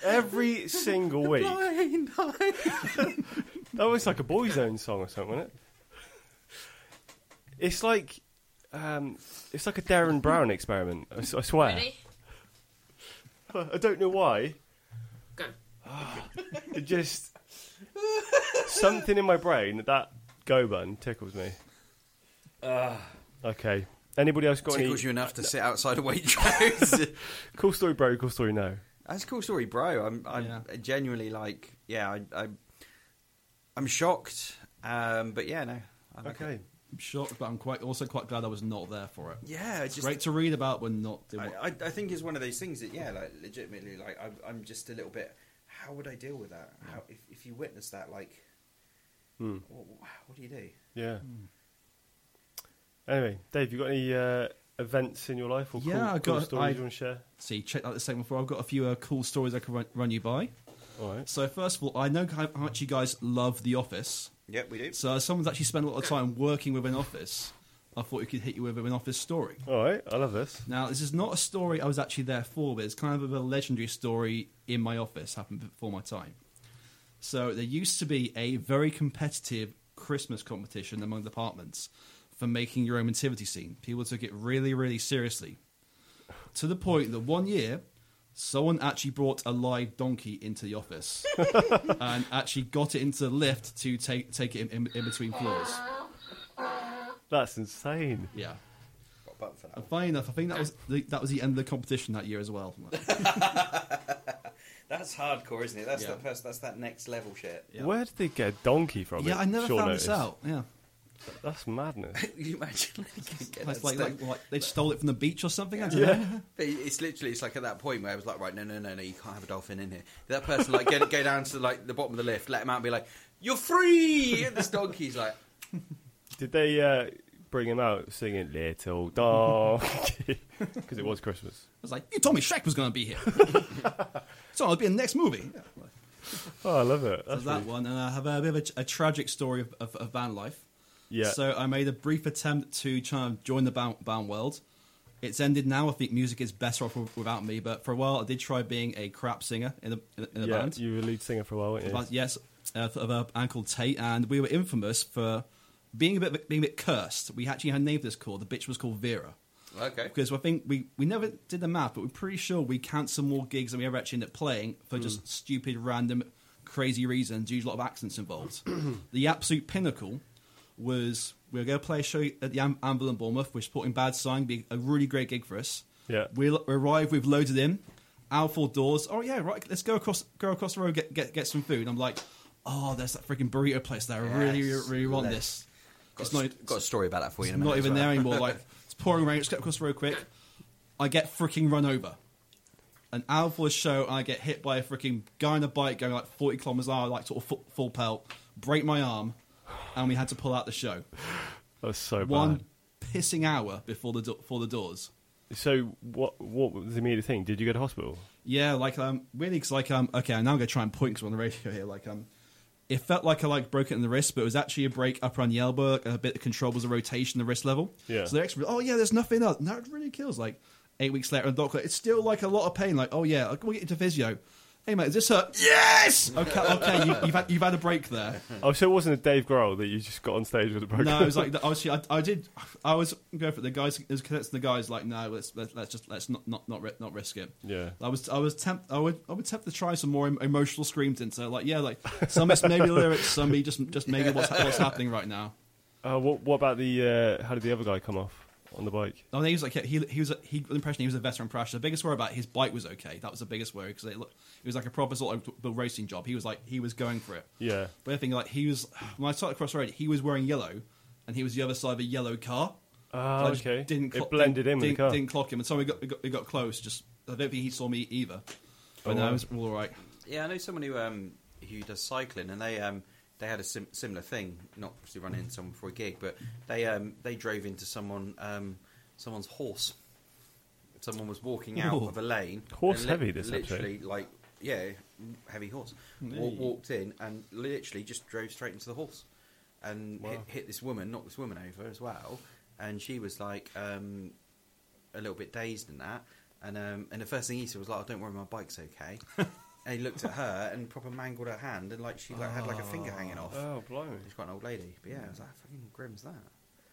S2: [laughs]
S3: Every single week.
S2: Blind eye.
S3: [laughs] That was like a boy's own song or something, wasn't it? It's like, um, it's like a Darren Brown experiment. I, s- I swear.
S6: Ready?
S3: I don't know why.
S6: Go.
S3: It just something in my brain that go button tickles me. okay. Anybody else got
S2: Ah. Tickles
S3: any?
S2: you
S3: [laughs]
S2: enough to sit outside a Waitrose.
S3: Cool story, bro. Cool story. No.
S2: That's a cool story, bro. I'm, I'm
S4: Yeah.
S2: genuinely like, yeah, I, I'm, I'm shocked. Um, but yeah, no. I like
S3: Okay.
S2: it.
S4: I'm shocked, but I'm quite also quite glad I was not there for it.
S2: Yeah, it's
S4: It's
S2: just.
S4: great to read about when not. doing
S2: I,
S4: what-
S2: I, I think it's one of those things that, yeah, like, legitimately, like, I'm, I'm just a little bit. How would I deal with that? How, if, if you witness that, like,
S3: Hmm.
S2: what, what do you do?
S3: Yeah. Hmm. Anyway, Dave, you got any uh, events in your life or
S4: Yeah,
S3: cool,
S4: I
S3: cool
S4: got-
S3: stories
S4: I-
S3: you want to share?
S4: See, check out the segment before. I've got a few uh, cool stories I can run, run you by.
S3: All right.
S4: So first of all, I know how how much you guys love The Office.
S2: Yep, we do.
S4: So as someone's actually spent a lot of time working with an office, I thought we could hit you with an office story.
S3: All right. I love this.
S4: Now, this is not a story I was actually there for, but it's kind of a legendary story in my office, happened before my time. So, there used to be a very competitive Christmas competition among departments for making your own nativity scene. People took it really, really seriously. To the point that one year, someone actually brought a live donkey into the office and actually got it into the lift to take, take it in, in, in between floors.
S3: That's insane.
S4: Yeah.
S2: Got a button for that.
S4: And funny enough, I think that was the, that was the end of the competition that year as well.
S2: That's hardcore, isn't it? That's
S4: Yeah.
S2: that person, that's that next level shit.
S4: Yeah.
S3: Where did they get a donkey from?
S4: Yeah,
S3: at
S4: I never
S3: short
S4: found
S3: notice?
S4: this out. Yeah,
S3: That's
S4: [laughs]
S3: madness.
S2: Can you imagine? Like, you get
S4: It's
S2: that
S4: like,
S2: stuff?
S4: like, like they stole it from the beach or something. I don't know.
S3: yeah.
S2: But it's literally it's like at that point where I was like, right, no, no, no, no, you can't have a dolphin in here. That person like go, go down to like the bottom of the lift, let him out, and be like, you're free. And this donkey's like,
S3: Did they uh, bring him out singing "Little Donkey" [laughs] because it was Christmas?
S4: I was like, you told me Shrek was going to be here, so I'll be in the next movie.
S3: Oh, I love it.
S4: So
S3: That's
S4: that
S3: really-
S4: one, and I have a bit of a, a tragic story of, of, of band life.
S3: Yeah.
S4: So I made a brief attempt to try and join the band, band world. It's ended now. I think music is better off w- without me. But for a while, I did try being a crap singer in a, in a, in a
S3: yeah,
S4: band.
S3: you were lead singer for a while, weren't you?
S4: But yes, uh, of a band called Tate, and we were infamous for being a bit being a bit cursed. We actually had a name for this call. The bitch was called Vera.
S2: okay,
S4: Because I think we, we never did the math, but we're pretty sure we cancelled more gigs than we ever actually ended up playing for
S2: Hmm.
S4: just stupid, random, crazy reasons. Usually a lot of
S2: [clears throat]
S4: accents involved. the absolute pinnacle was we were going to play a show at the Am- Anvil in Bournemouth, which supporting Bad Sign, be a really great gig for us.
S3: Yeah.
S4: We, l- we arrived, we've loaded in, out four doors. Oh, yeah, right, let's go across go across the road, get, get, get some food. I'm like, oh, there's that freaking burrito place there. I really,
S2: Yes,
S4: really, really want
S2: let's-
S4: this.
S2: got,
S4: It's
S2: a,
S4: not-
S2: got a story about that for you. In a minute
S4: not
S2: as
S4: even
S2: well.
S4: there
S2: [laughs]
S4: anymore. Like it's pouring rain. Let's get across the road quick. I get freaking run over. An hour for the show, and I get hit by a freaking guy on a bike going like forty kilometers an hour, like sort of full, full pelt. Break my arm, and we had to pull out the show.
S3: that was so
S4: One pissing hour before the do- before the doors.
S3: bad. So what? What was the immediate thing? Did you go to hospital?
S4: Yeah, like um, really, it's like um, okay, I'm now gonna try and point because we're on the radio here. Like um, it felt like I like broke it in the wrist, but it was actually a break up around the elbow. A bit of control was a rotation, in the wrist level.
S3: Yeah.
S4: So the expert, oh yeah, there's nothing else. And that really kills. Like eight weeks later, and the doctor, it's still like a lot of pain. Like oh yeah, like, we'll get you to physio. Hey mate, is this her? Yes. Okay, okay, you, you've had you've had a break there.
S3: Oh, so it wasn't a Dave Grohl that you just got on stage with a broken.
S4: [laughs] No, I was like, obviously, I, I did. I was going for it. the guys. It was connecting the guys. Like, no, let's let's, let's just let's not not not, ri- not risk it.
S3: Yeah.
S4: I was I was tempt. I would I would tempt to try some more em- emotional screams into it. like yeah, like some it's maybe lyrics, some be just just maybe what's what's happening right now.
S3: [laughs] Uh, what, what about the? Uh, how did the other guy come off on the bike?
S4: I think he was like he he was a, he got the impression he was a veteran crasher. The biggest worry about his bike was okay. That was the biggest worry because it looked it was like a proper sort of the racing job. He was like he was going for it.
S3: Yeah.
S4: But I think like he was when I started across the road, he was wearing yellow, and he was the other side of a yellow car.
S3: Ah,
S4: I just
S3: okay.
S4: Didn't
S3: It
S4: clock-
S3: blended
S4: didn't,
S3: in with the
S4: didn't-
S3: car.
S4: Didn't clock him, and so we got we got, we got close. Just I don't think he saw me either. But
S3: Oh,
S4: no,
S3: wow.
S4: it was all right.
S2: Yeah, I know someone who um, who does cycling, and they um, they had a sim- similar thing. Not obviously running into someone for a gig, but they um, they drove into someone um, someone's horse. Someone was walking out
S4: Ooh.
S2: of a lane.
S3: Horse
S2: and
S3: heavy, this,
S2: literally like yeah, heavy horse. Wa- walked in and literally just drove straight into the horse, and hit, hit this woman, knocked this woman over as well, and she was like. Um, a little bit dazed and that. And um, and the first thing he said was like, "Oh, don't worry, my bike's
S4: [laughs]
S2: okay." and he looked at her and proper mangled her hand, and like she like had like a finger hanging off.
S3: Oh, blimey,
S2: She's quite an old lady, but yeah, I was like, "Fucking grim's that."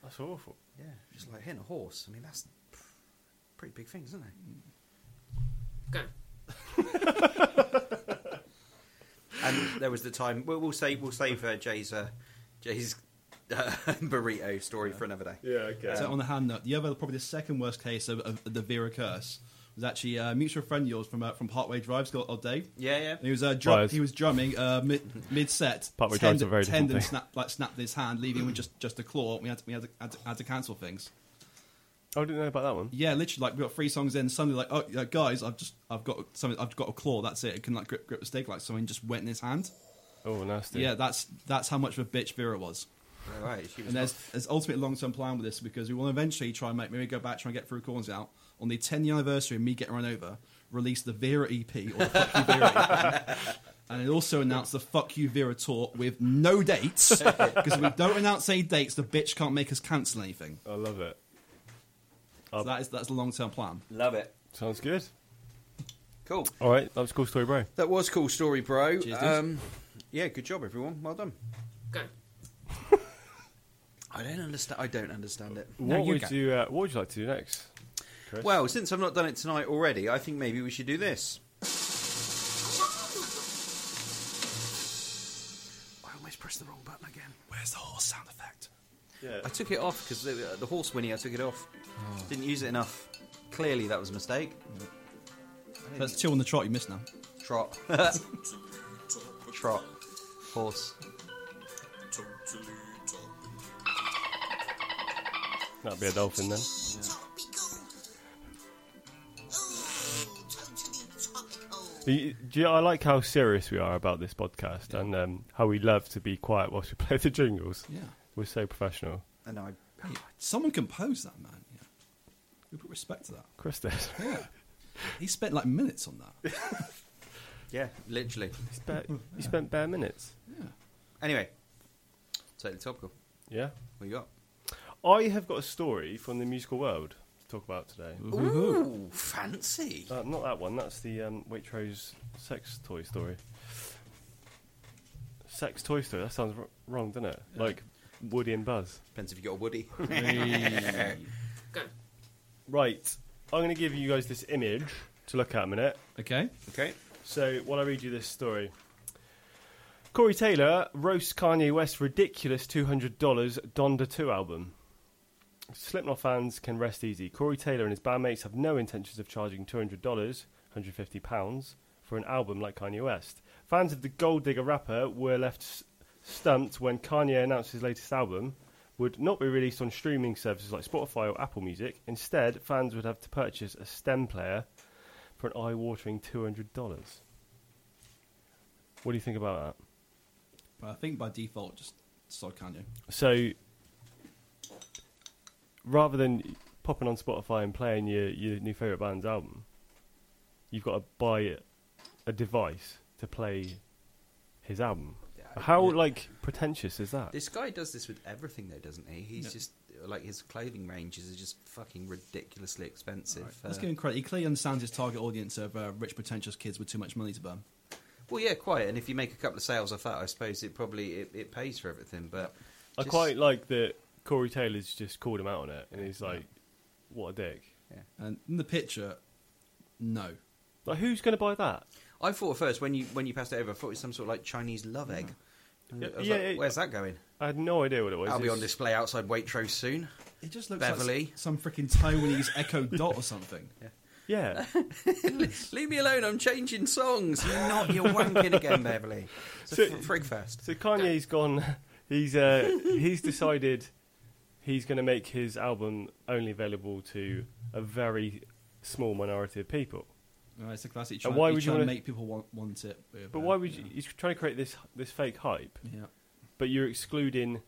S3: that's awful.
S2: Yeah, just like hitting a horse. I mean, that's pretty big things, isn't it?
S6: Go.
S2: And there was the time. We'll, we'll save we'll save uh, Jay's uh, Jay's [laughs] uh, burrito story for another day.
S3: Yeah. Okay.
S4: So on the hand note, the other probably the second worst case of, of the Vera curse was actually a mutual friend of yours from uh, from Partway Drives called old Dave.
S2: Yeah, yeah.
S4: And He was uh, drum-
S3: Wires.
S4: he was drumming uh, mid mid set.
S3: Partway drives a very different
S4: tendon
S3: thing.
S4: snapped like snapped in his hand, leaving him with just just a claw. We had to, we had to, had to, had to cancel things.
S3: Oh, I didn't know about that one.
S4: Yeah, literally, like we got three songs in. Suddenly, like, oh yeah, guys, I've just I've got something. I've got a claw. That's it. It can like grip grip the steak like something just went in his hand.
S3: Oh, nasty.
S4: Yeah, that's that's how much of a bitch Vera was.
S2: All right, she was.
S4: And there's there's ultimate long term plan with this because we will eventually try and make maybe go back try and get through corns out on the 10 year anniversary of me getting run over. Release the Vera EP or the Fuck You Vera EP. And it also announced the Fuck You Vera tour with no dates because if we don't announce any dates, the bitch can't make us cancel anything.
S3: I love it.
S4: So that is that's the long term plan.
S2: love it.
S3: Sounds good.
S2: Cool.
S3: All right, that was cool story, bro.
S2: That was cool story, bro.
S4: dudes.
S2: Um, yeah, good job, everyone. Well done.
S6: Go.
S2: I don't understand. I don't understand it.
S3: What would you uh, What would you like to do next? Chris?
S2: Well, since I've not done it tonight already, I think maybe we should do this. I almost pressed the wrong button again.
S4: Where's the horse sound effect?
S3: yeah.
S2: I took it off because the, the horse whinny. I took it off. Didn't use it enough. Clearly, that was a mistake.
S4: That's two on the trot you missed now.
S2: Trot, trot, horse.
S3: that'd be a dolphin then. You- Do you, I like how serious we are about this podcast and um, how we love to be quiet whilst we [laughs] play the jingles.
S4: Yeah.
S3: We're so professional.
S2: And I.
S4: Someone composed that, man. Yeah. We put respect to that.
S3: Chris [laughs] did.
S4: He spent like minutes on that.
S2: Yeah, literally.
S3: You spent- you spent bare minutes.
S2: Anyway, totally topical.
S3: Yeah.
S2: What you got?
S3: I have got a story from the musical world to talk about today.
S2: Ooh, fancy.
S3: Uh, not that one. That's the um, Waitrose sex toy story. Sex toy story. That sounds r- wrong, doesn't it? Like Woody and Buzz.
S2: Depends if you got a Woody. [laughs]
S6: Go.
S3: Right. I'm going to give you guys this image to look at a minute.
S4: Okay.
S2: okay.
S3: So while I read you this story, Corey Taylor roasts Kanye West's ridiculous two hundred dollars Donda Two album. Slipknot fans can rest easy. Corey Taylor and his bandmates have no intentions of charging two hundred dollars, hundred fifty pounds for an album like Kanye West. Fans of the Gold Digger rapper were left s- stumped when Kanye announced his latest album would not be released on streaming services like Spotify or Apple Music. Instead, fans would have to purchase a stem player for an eye-watering two hundred dollars. What do you think about
S4: But I think by default, just sod Kanye.
S3: that? So, rather than popping on Spotify and playing your your new favorite band's album, you've got to buy a- a device to play his album.
S2: Yeah,
S3: How
S2: yeah.
S3: like pretentious is that?
S2: This guy does this with everything, though, doesn't he? He's
S4: Yeah.
S2: just like his clothing ranges are just fucking ridiculously expensive.
S4: Let's
S2: Uh,
S4: give him credit. He clearly understands his target audience of uh, rich, pretentious kids with too much money to burn.
S2: Well, yeah, quite. And if you make a couple of sales off that, I suppose it probably it, it pays for everything. But
S3: I
S2: just-
S3: quite like that Corey Taylor's just called him out on it, and he's like, "What a dick!"
S4: And in the picture, no.
S3: Like, who's going to buy that?
S2: I thought at first when you when you passed it over, I thought it was some sort of like Chinese love egg.
S3: Yeah,
S2: I was
S3: Mm-hmm. yeah,
S2: like,
S3: it-
S2: where's that going?
S3: I had no idea what it was.
S2: That'll be
S3: It's-
S2: on display outside Waitrose soon.
S4: It just looks
S2: Beverly.
S4: like s- some freaking Taiwanese [laughs] Echo Dot or something.
S3: Yeah,
S2: Leave me alone. I'm changing songs. You're not. You're wanking again, Beverly. It's a
S3: So-
S2: fr- frig fest.
S3: so Kanye's gone. [laughs] He's uh, he's decided he's going to make his album only available to a very small minority of people.
S4: Uh, it's a classic.
S3: And
S4: Trying,
S3: why
S4: why
S3: would
S4: would
S3: you
S4: trying to
S3: wanna-
S4: make people want, want it?
S3: But why would you? He's trying to create this this fake hype,
S4: Yeah.
S3: but you're excluding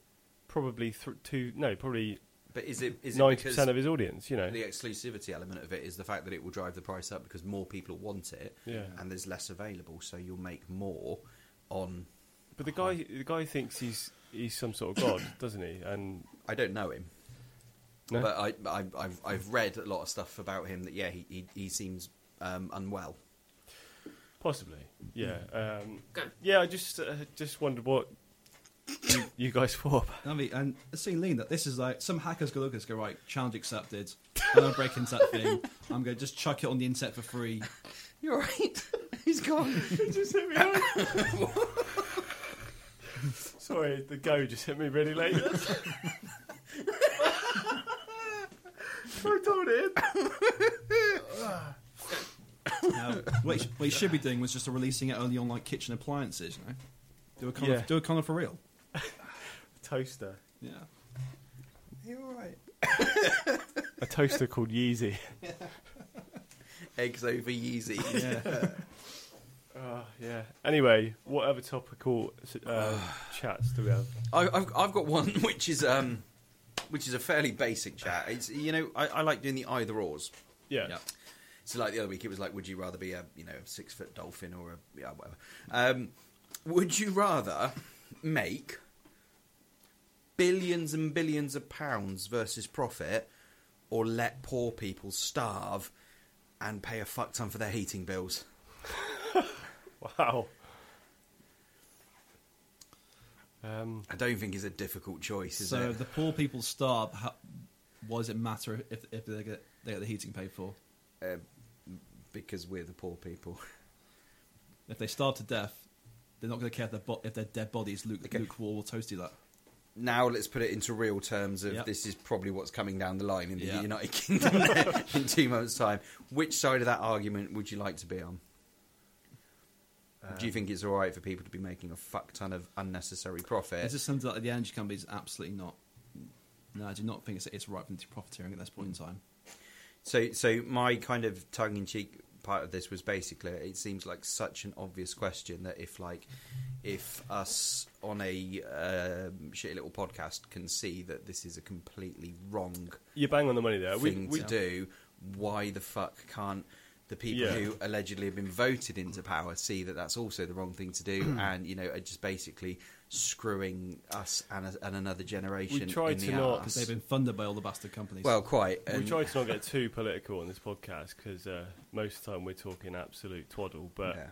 S3: probably th- two, no, probably
S2: But is it is it
S3: ninety
S2: because
S3: percent of his audience. You know,
S2: the exclusivity element of it is the fact that it will drive the price up because more people want it,
S3: Yeah.
S2: and there's less available, so you'll make more on.
S3: but the guy
S2: Oh.
S3: the guy thinks he's he's some sort of god, [coughs] doesn't he? And
S2: I don't know him,
S3: no?
S2: but I, I I've I've read a lot of stuff about him that yeah he he, he seems um, unwell.
S3: Possibly, yeah.
S2: Hmm.
S3: Um,
S6: Go.
S3: yeah, I just uh, just wondered what you, you guys thought. about-
S4: I mean, and seeing Lean that this is like some hackers go look at this, go right, challenge accepted. I'm gonna break into that thing. I'm gonna just chuck it on the internet for free.
S2: You're right. He's gone.
S3: Sorry, the go just hit me really [laughs] late. I told him.
S4: Now, what, he, Um, what he should be doing was just releasing it only on like kitchen appliances. You know, do a kind
S3: Yeah.
S4: of do a kind of for real.
S3: Toaster.
S4: Yeah,
S2: You're right.
S3: A toaster called [laughs] Yeezy.
S2: Eggs over Yeezy.
S4: yeah.
S3: Uh, yeah. Anyway, what other topical uh, chats do we have?
S2: [laughs] I, I've, I've got one [laughs] which is um, which is a fairly basic chat. It's you know I, I like doing the either ors.
S3: Yeah.
S4: Yeah.
S2: So like the other week, it was like, would you rather be a you know a six foot dolphin or a yeah whatever? Um, would you rather make billions and billions of pounds versus profit, or let poor people starve and pay a fuck ton for their heating bills?
S3: Wow. Um,
S2: I don't think it's a difficult choice, is
S4: So
S2: it?
S4: the poor people starve. How, what does it matter if if they get they get the heating paid for?
S2: uh, because we're the poor people.
S4: If they starve to death, they're not going to care if their, bo- if their dead body is luke- lukewarm or toasty. Like,
S2: now let's put it into real terms of
S4: Yep.
S2: this is probably what's coming down the line in the
S4: Yeah.
S2: United Kingdom [laughs] there in two months' time. Which side of that argument would you like to be on?
S4: Uh,
S2: Do you think it's all right for people to be making a fuck ton of unnecessary profit?
S4: is this something that the energy companies absolutely not? No, I do not think it's it's right for them to be profiteering at this point in time.
S2: So, so my kind of tongue-in-cheek part of this was basically it seems like such an obvious question that if like if us on a um, shitty little podcast can see that this is a completely wrong
S3: you bang on the money there. We-
S2: thing
S3: we,
S2: to Uh, do, why the fuck can't the people
S3: Yeah.
S2: who allegedly have been voted into power see that that's also the wrong thing to do,
S3: [clears throat]
S2: and you know are just basically screwing us and, and another generation
S3: tried
S2: in the
S3: to not-
S2: arse.
S4: Because they've been funded by all the bastard companies.
S2: well, quite.
S3: We
S2: and-
S3: try to not get too political on this podcast because uh, most of the time we're talking absolute twaddle. But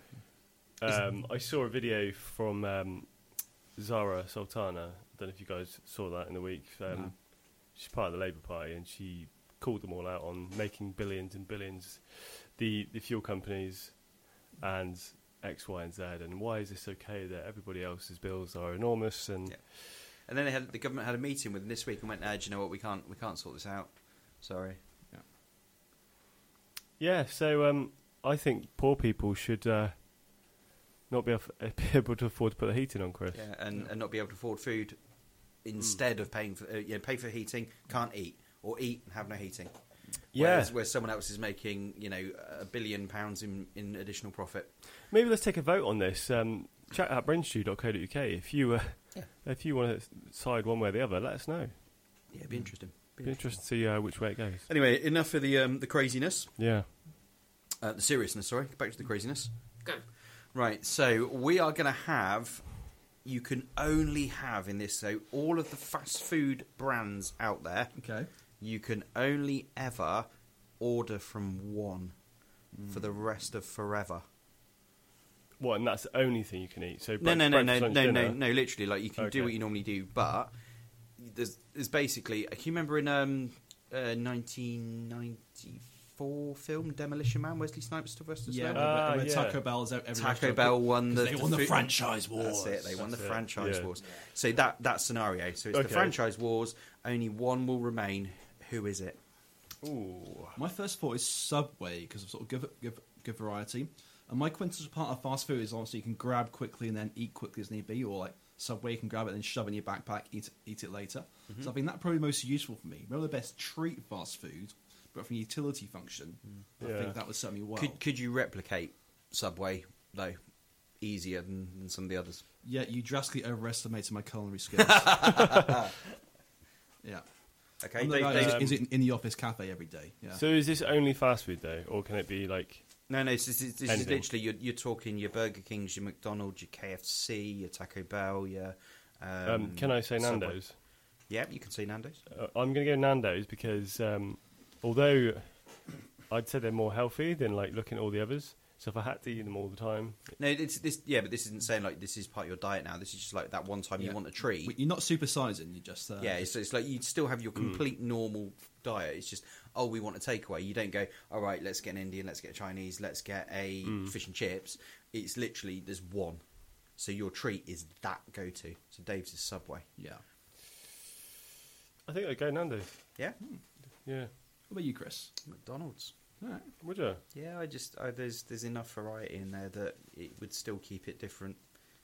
S2: yeah.
S3: um, I saw a video from um, Zara Sultana. I don't know if you guys saw that in the week. Um,
S4: No.
S3: She's part of the Labour Party and she called them all out on making billions and billions, the, the fuel companies and X, Y, and Z. And why is this okay that everybody else's bills are enormous? And
S2: Yeah. And then they had the government had a meeting with them this week and went, "Ah, do you know what? We can't we can't sort this out. Sorry."
S3: Yeah, so um, I think poor people should uh, not be, aff- [laughs] be able to afford to put the heating on, Chris.
S2: Yeah, and, and not be able to afford food instead of paying for uh, you know, pay for heating, can't eat, or eat and have no heating.
S3: Yeah.
S2: Whereas, where someone else is making you know a billion pounds in, in additional profit.
S3: Maybe let's take a vote on this. Um, chat at brainstew.co.uk. If you uh,
S2: Yeah.
S3: if you want to side one way or the other, let us know.
S2: Yeah, it'd be interesting. Be
S3: Be interested to see uh, which way it goes.
S2: interesting. Hmm. Anyway, enough of the um, the craziness,
S3: Yeah.
S2: uh, the seriousness. Sorry, back to the craziness.
S6: Go.
S2: Right, so we are going to have. You can only have in this, so all of the fast food brands out there.
S4: okay.
S2: you can only ever
S3: Mm.
S2: order from one for the rest of forever.
S3: What? And that's the only thing you can eat. So
S2: No,
S3: brunch-
S2: no, no, no, no,
S3: breakfast, lunch,
S2: no, no,
S3: dinner.
S2: Literally, like you can
S3: Okay.
S2: do what you normally do, but there's, there's basically. Can you remember in um, uh, 1994 film Demolition Man, Wesley Snipes, Sylvester
S4: Yeah,
S2: Stallone?
S3: Uh,
S4: where- where
S3: yeah.
S4: Taco Bell's out every
S2: Taco
S4: restaurant.
S2: Bell won the
S4: Because they won the
S2: food-
S4: franchise wars.
S2: That's it. They won the
S3: That's it,
S2: franchise
S3: yeah.
S2: wars. So that that scenario. So it's the
S3: Okay.
S2: franchise wars. Only one will remain. Who is it?
S3: Ooh.
S4: My first thought is Subway because of sort of good, good, good variety. And my quintessential part of fast food is obviously you can grab quickly and then eat quickly as need be, or like Subway, you can grab it and shove it in your backpack, eat eat it later.
S2: Mm-hmm.
S4: So I think that probably most useful for me. Remember the best treat fast food, but from utility function, I
S3: Yeah.
S4: think that would serve me well.
S2: Could could you replicate Subway though? Easier than, than some of the others.
S4: Yeah, you drastically overestimated
S2: [laughs]
S4: my culinary skills. yeah.
S2: Okay,
S4: I'm the
S2: Dave-
S4: guy
S3: uh,
S2: Dave-
S4: who is in, in the office cafe every day. Yeah.
S3: So is this only fast food though, or can it be like?
S2: No, no, this is, this is
S3: Anything.
S2: literally you're, you're talking your Burger Kings, your McDonald's, your KFC, your Taco Bell, your. Um,
S3: Um, can I say
S2: Subway.
S3: Nando's?
S2: Yeah, you can say Nando's.
S3: Uh, I'm going to go Nando's because um, although I'd say they're more healthy than like looking at all the others. So if I had to eat them all the time,
S2: No, it's this. Yeah, but this isn't saying like this is part of your diet now. This is just like that one time
S4: Yeah.
S2: you want a treat.
S4: You're not supersizing, you're just. Uh,
S2: yeah, it's, it's like you still
S3: Mm.
S2: have your complete normal diet. It's just oh, we want a takeaway. You don't go all right. Let's get an Indian. Let's get a Chinese. Let's get a
S3: Mm.
S2: fish and chips. It's literally there's one. So your treat is that go to. So Dave's is Subway.
S4: Yeah. What
S3: I think I'd go Nando's.
S2: Yeah,
S3: Hmm. Yeah,
S4: about you, Chris?
S2: McDonald's.
S4: All right.
S3: would you?
S2: Yeah, I just I, there's there's enough variety in there that it would still keep it different.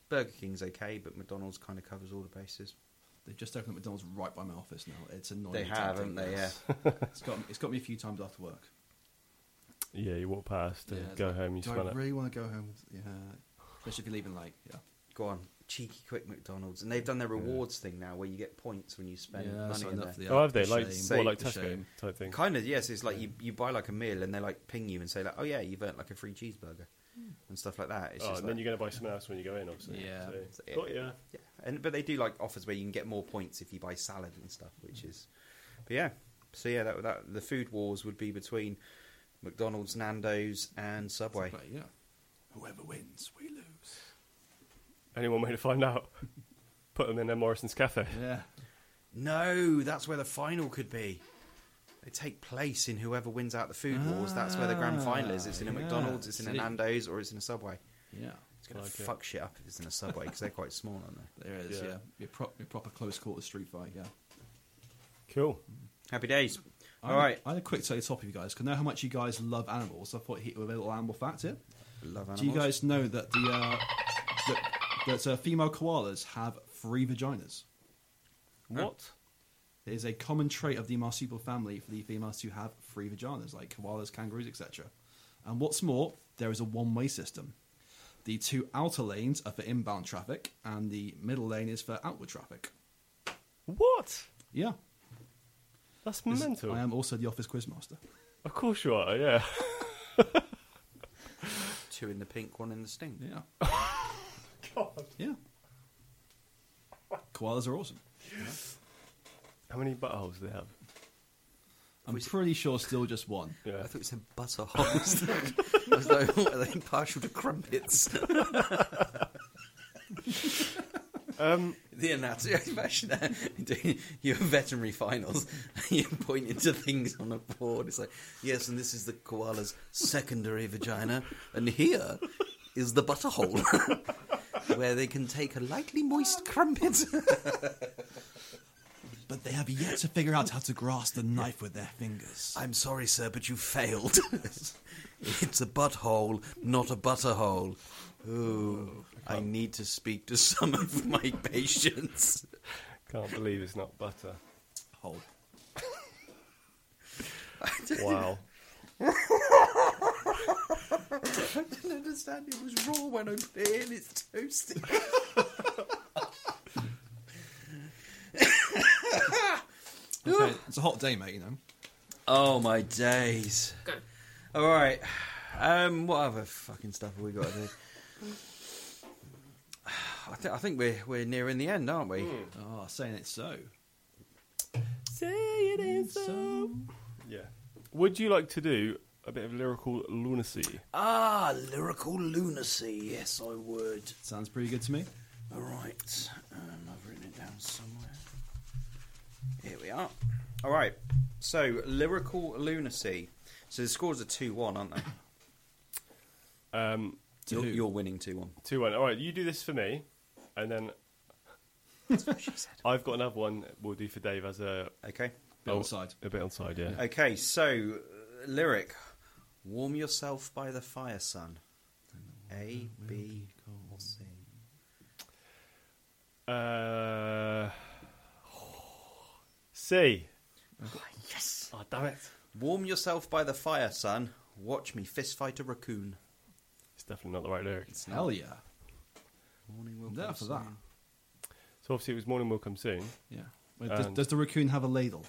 S2: Burger King's okay, but McDonald's kind of covers all the bases.
S4: They've just opened up McDonald's right by my office now. It's annoying.
S2: They
S4: to
S2: have,
S4: take
S2: haven't they? Yeah.
S4: this. it's got it's got me a few times after work.
S3: Yeah, you walk past and
S4: it's
S3: go
S4: like,
S3: home, you
S4: do
S3: smell
S4: I
S3: it.
S4: really want to go home? With, yeah, especially if you're leaving late. Yeah,
S2: Go on, cheeky quick McDonald's, and they've done their rewards thing now where you get points when you spend money
S4: yeah.
S2: in
S4: signed up
S2: there.
S4: for the
S3: oh,
S4: app.
S3: have they?
S4: The
S3: Like,
S4: shame.
S3: more like
S4: The
S3: Tesco
S4: shame.
S3: type thing.
S2: Kind of, yes. It's like you, you buy like a meal and they like ping you and say like, oh yeah, you've earned like a free cheeseburger and stuff like that. It's
S3: oh, and
S2: just
S3: then
S2: like-
S3: you're going to buy something else when you go in, obviously.
S4: Yeah.
S3: So,
S2: Yeah.
S3: Got ya.
S2: yeah. And but they do like offers where you can get more points if you buy salad and stuff, which is, but yeah. So yeah, that, that the food wars would be between McDonald's, Nando's, and Subway.
S4: But yeah, whoever wins, we lose.
S3: Anyone way to find out? [laughs] Put them in a Morrison's cafe.
S4: Yeah,
S2: No, that's where the final could be. They take place in whoever wins out the food wars. That's where the grand final is. It's in a
S4: Ah, yeah.
S2: McDonald's, it's in a
S4: See.
S2: Nando's, or it's in a Subway.
S4: yeah.
S2: It's gonna
S3: Like it.
S2: fuck shit up if it's in a Subway because they're quite small, aren't they?
S4: There it is.
S3: Yeah.
S4: Yeah, Your, prop, your proper close quarter street fight. Yeah.
S3: Cool.
S2: Happy days.
S4: I
S2: All
S4: had-
S2: right.
S4: I had a quick tell you topic, you guys. Can know how much you guys love animals. So I thought hit you with a little animal fact here.
S2: Love animals.
S4: Do you guys know that the uh, that, that uh, female koalas have three vaginas? Mm.
S3: What?
S4: It is a common trait of the marsupial family for the females to have three vaginas, like koalas, kangaroos, etc. And what's more, there is a one way system. The two outer lanes are for inbound traffic, and the middle lane is for outward traffic.
S3: What?
S4: Yeah.
S3: That's
S4: This-
S3: mental.
S4: I am also the office quizmaster.
S3: Of course you are. Yeah.
S2: two in the pink, one in the stink?
S4: Yeah.
S3: [laughs]
S4: Yeah. Koalas are awesome.
S3: How many buttholes do they have?
S4: I'm pretty sure still just one.
S3: Yeah.
S2: I thought it said [laughs] butterholes. I was like, what, are they partial to crumpets?
S3: Um,
S2: the anatomy. [laughs] Imagine that. doing your veterinary finals. [laughs] You're pointing to things on a board. It's like, yes, and this is the koala's secondary vagina, and here is the butterhole, [laughs] where they can take a lightly moist crumpet.
S4: But they have yet to figure out how to grasp the knife with their fingers.
S2: I'm sorry, sir, but you failed. [laughs] it's a butthole, not a butterhole. Ooh, I need to speak to some of my patients.
S3: can't believe it's not
S4: [laughs]
S3: butter.
S4: Hold.
S3: Wow.
S2: I didn't understand it was raw when I put it in. It's toasted.
S4: Okay, it's a hot day, mate, you know.
S2: Oh my days!
S6: Go.
S2: All right, um, what other fucking stuff have we got to do? [sighs] I, th- I think we're we're nearing the end, aren't we?
S4: Oh, saying it so.
S3: Say it is so. Yeah. Would you like to do a bit of lyrical lunacy.
S7: Ah, lyrical lunacy. Yes, I would.
S4: Sounds pretty good to me.
S7: All right. Um, I've written it down somewhere.
S2: Here we are. All right. So lyrical lunacy. So the scores are two one, aren't they?
S3: Um,
S2: You're, you're winning two one.
S3: two one. All right, you do this for me, and then I've got another one. We'll do for Dave as a
S2: Okay.
S4: Bit on side.
S3: A bit on side, yeah.
S2: Okay. So uh, lyric: Warm yourself by the fire, son. A B or C.
S3: Uh, [sighs] C.
S2: Yes.
S3: Oh damn it!
S2: Warm yourself by the fire, son. Watch me fistfight a raccoon.
S3: It's definitely not the right lyric.
S2: It's
S4: Hell yeah.
S2: Morning will
S4: I'm there
S2: come
S4: for that.
S2: soon.
S3: So obviously it was morning will come soon.
S4: Yeah. Wait, does,
S3: And-
S4: does the raccoon have a ladle?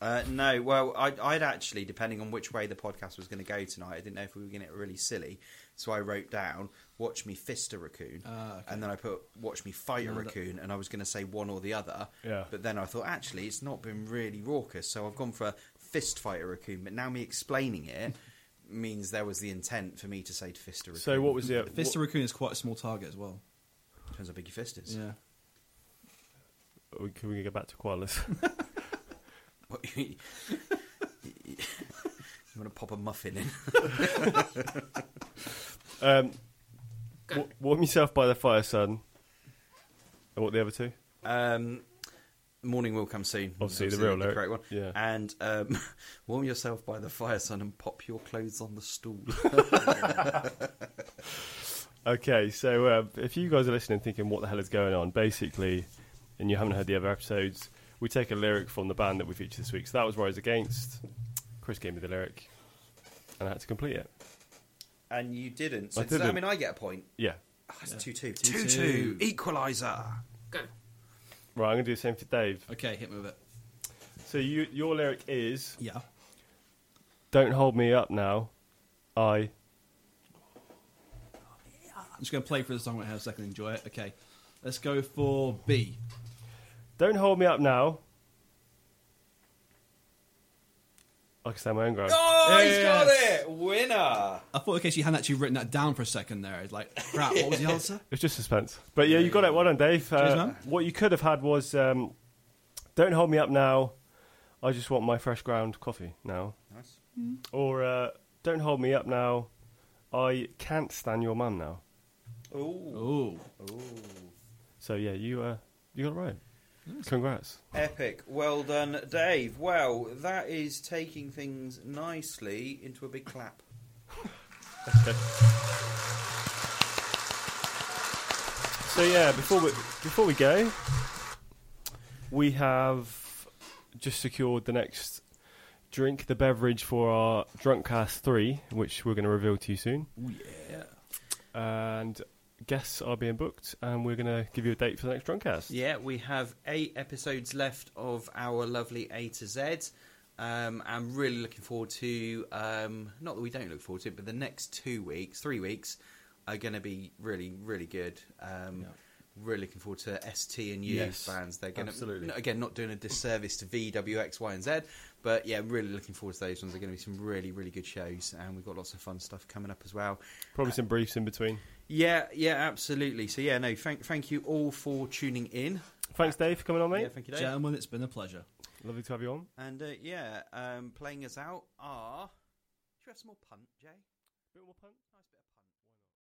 S2: Uh, no, well, I'd, I'd actually, depending on which way the podcast was going to go tonight, I didn't know if we were going to get really silly, so I wrote down "Watch me fist a raccoon,"
S4: Ah, okay.
S2: and then I put "Watch me fight a
S4: No, that-
S2: raccoon," and I was going to say one or the other.
S3: Yeah.
S2: But then I thought, actually, it's not been really raucous, so I've gone for "Fist fight a raccoon." But now me explaining
S4: [laughs]
S2: it means there was the intent for me to say to "Fist a raccoon."
S3: So what was the what-
S4: Fist of raccoon is quite a small target as well.
S2: Depends how big your fist is.
S4: Yeah.
S3: Oh, we- Can we go back to koalas?
S2: What- [laughs] you want to pop a muffin in?
S3: um,
S6: Go.
S3: wa- warm yourself by the fire, son. And what the other two?
S2: Um, morning will come soon.
S3: Obviously, the real lyric.
S2: correct one.
S3: Yeah.
S2: And um, [laughs] warm yourself by the fire, son, and pop your clothes on the [laughs] stool.
S3: Okay, so uh, if you guys are listening, thinking what the hell is going on, basically, and you haven't heard the other episodes, we take a lyric from the band that we featured this week. So that was Rise Against. Chris gave me the lyric, and I had to complete it.
S2: and you didn't. So
S3: I
S2: does that
S3: didn't.
S2: mean I get a point?
S3: Yeah.
S2: Ah, it's two two.
S4: Two,
S2: Two two. Equaliser.
S6: go.
S3: Right, I'm going to do the same for Dave.
S4: Okay, hit me with it.
S3: So you, your lyric is
S4: Yeah.
S3: Don't hold me up now. I.
S4: I'm just going to play for the song right here so I can enjoy it. Okay. Let's go for B.
S3: Don't hold me up now. I can stand my own ground.
S2: Oh,
S4: he's got Yes.
S2: it! Winner.
S4: I thought in case you hadn't actually written that down for a second there. It's like, crap, what [laughs] was the answer?
S3: It's just suspense. But yeah, you got it. Well done, Dave.
S4: Cheers,
S3: Uh,
S4: man.
S3: what you could have had was um, Don't hold me up now. I just want my fresh ground coffee now.
S2: Nice.
S3: Or uh, Don't hold me up now. I can't stand your mum now.
S2: Ooh.
S4: Oh.
S3: So yeah, you uh, you got it right. Congrats.
S2: Epic. Well done, Dave. Well, that is taking things nicely into a big clap.
S3: So yeah, before we before we go, we have just secured the next drink, the beverage for our Drunkcast three, which we're going to reveal to you soon.
S4: Oh, yeah.
S3: And guests are being booked, and we're going to give you a date for the next Drunkcast.
S2: Yeah, we have eight episodes left of our lovely A to Z. Um, I'm really looking forward to, um, not that we don't look forward to it, but the next two weeks, three weeks, are going to be really, really good. Um,
S4: Yeah.
S2: Really looking forward to ST and U
S3: Yes,
S2: fans. They're going
S3: absolutely.
S2: to, again, not doing a disservice to V, W, X, Y, and Z, but yeah, really looking forward to those ones. They're going to be some really, really good shows, and we've got lots of fun stuff coming up as well.
S3: Probably some briefs in between.
S2: Yeah, yeah, absolutely. So yeah, no, thank, thank you all for tuning in.
S3: Thanks, Dave, for coming on, mate.
S2: Yeah, thank you, Dave.
S4: Gentlemen, it's been a pleasure.
S3: Lovely to have you on.
S2: And uh, yeah, um, playing us out are. Do you have some more punt, Jay?
S3: bit more punch.
S2: Nice bit of punt.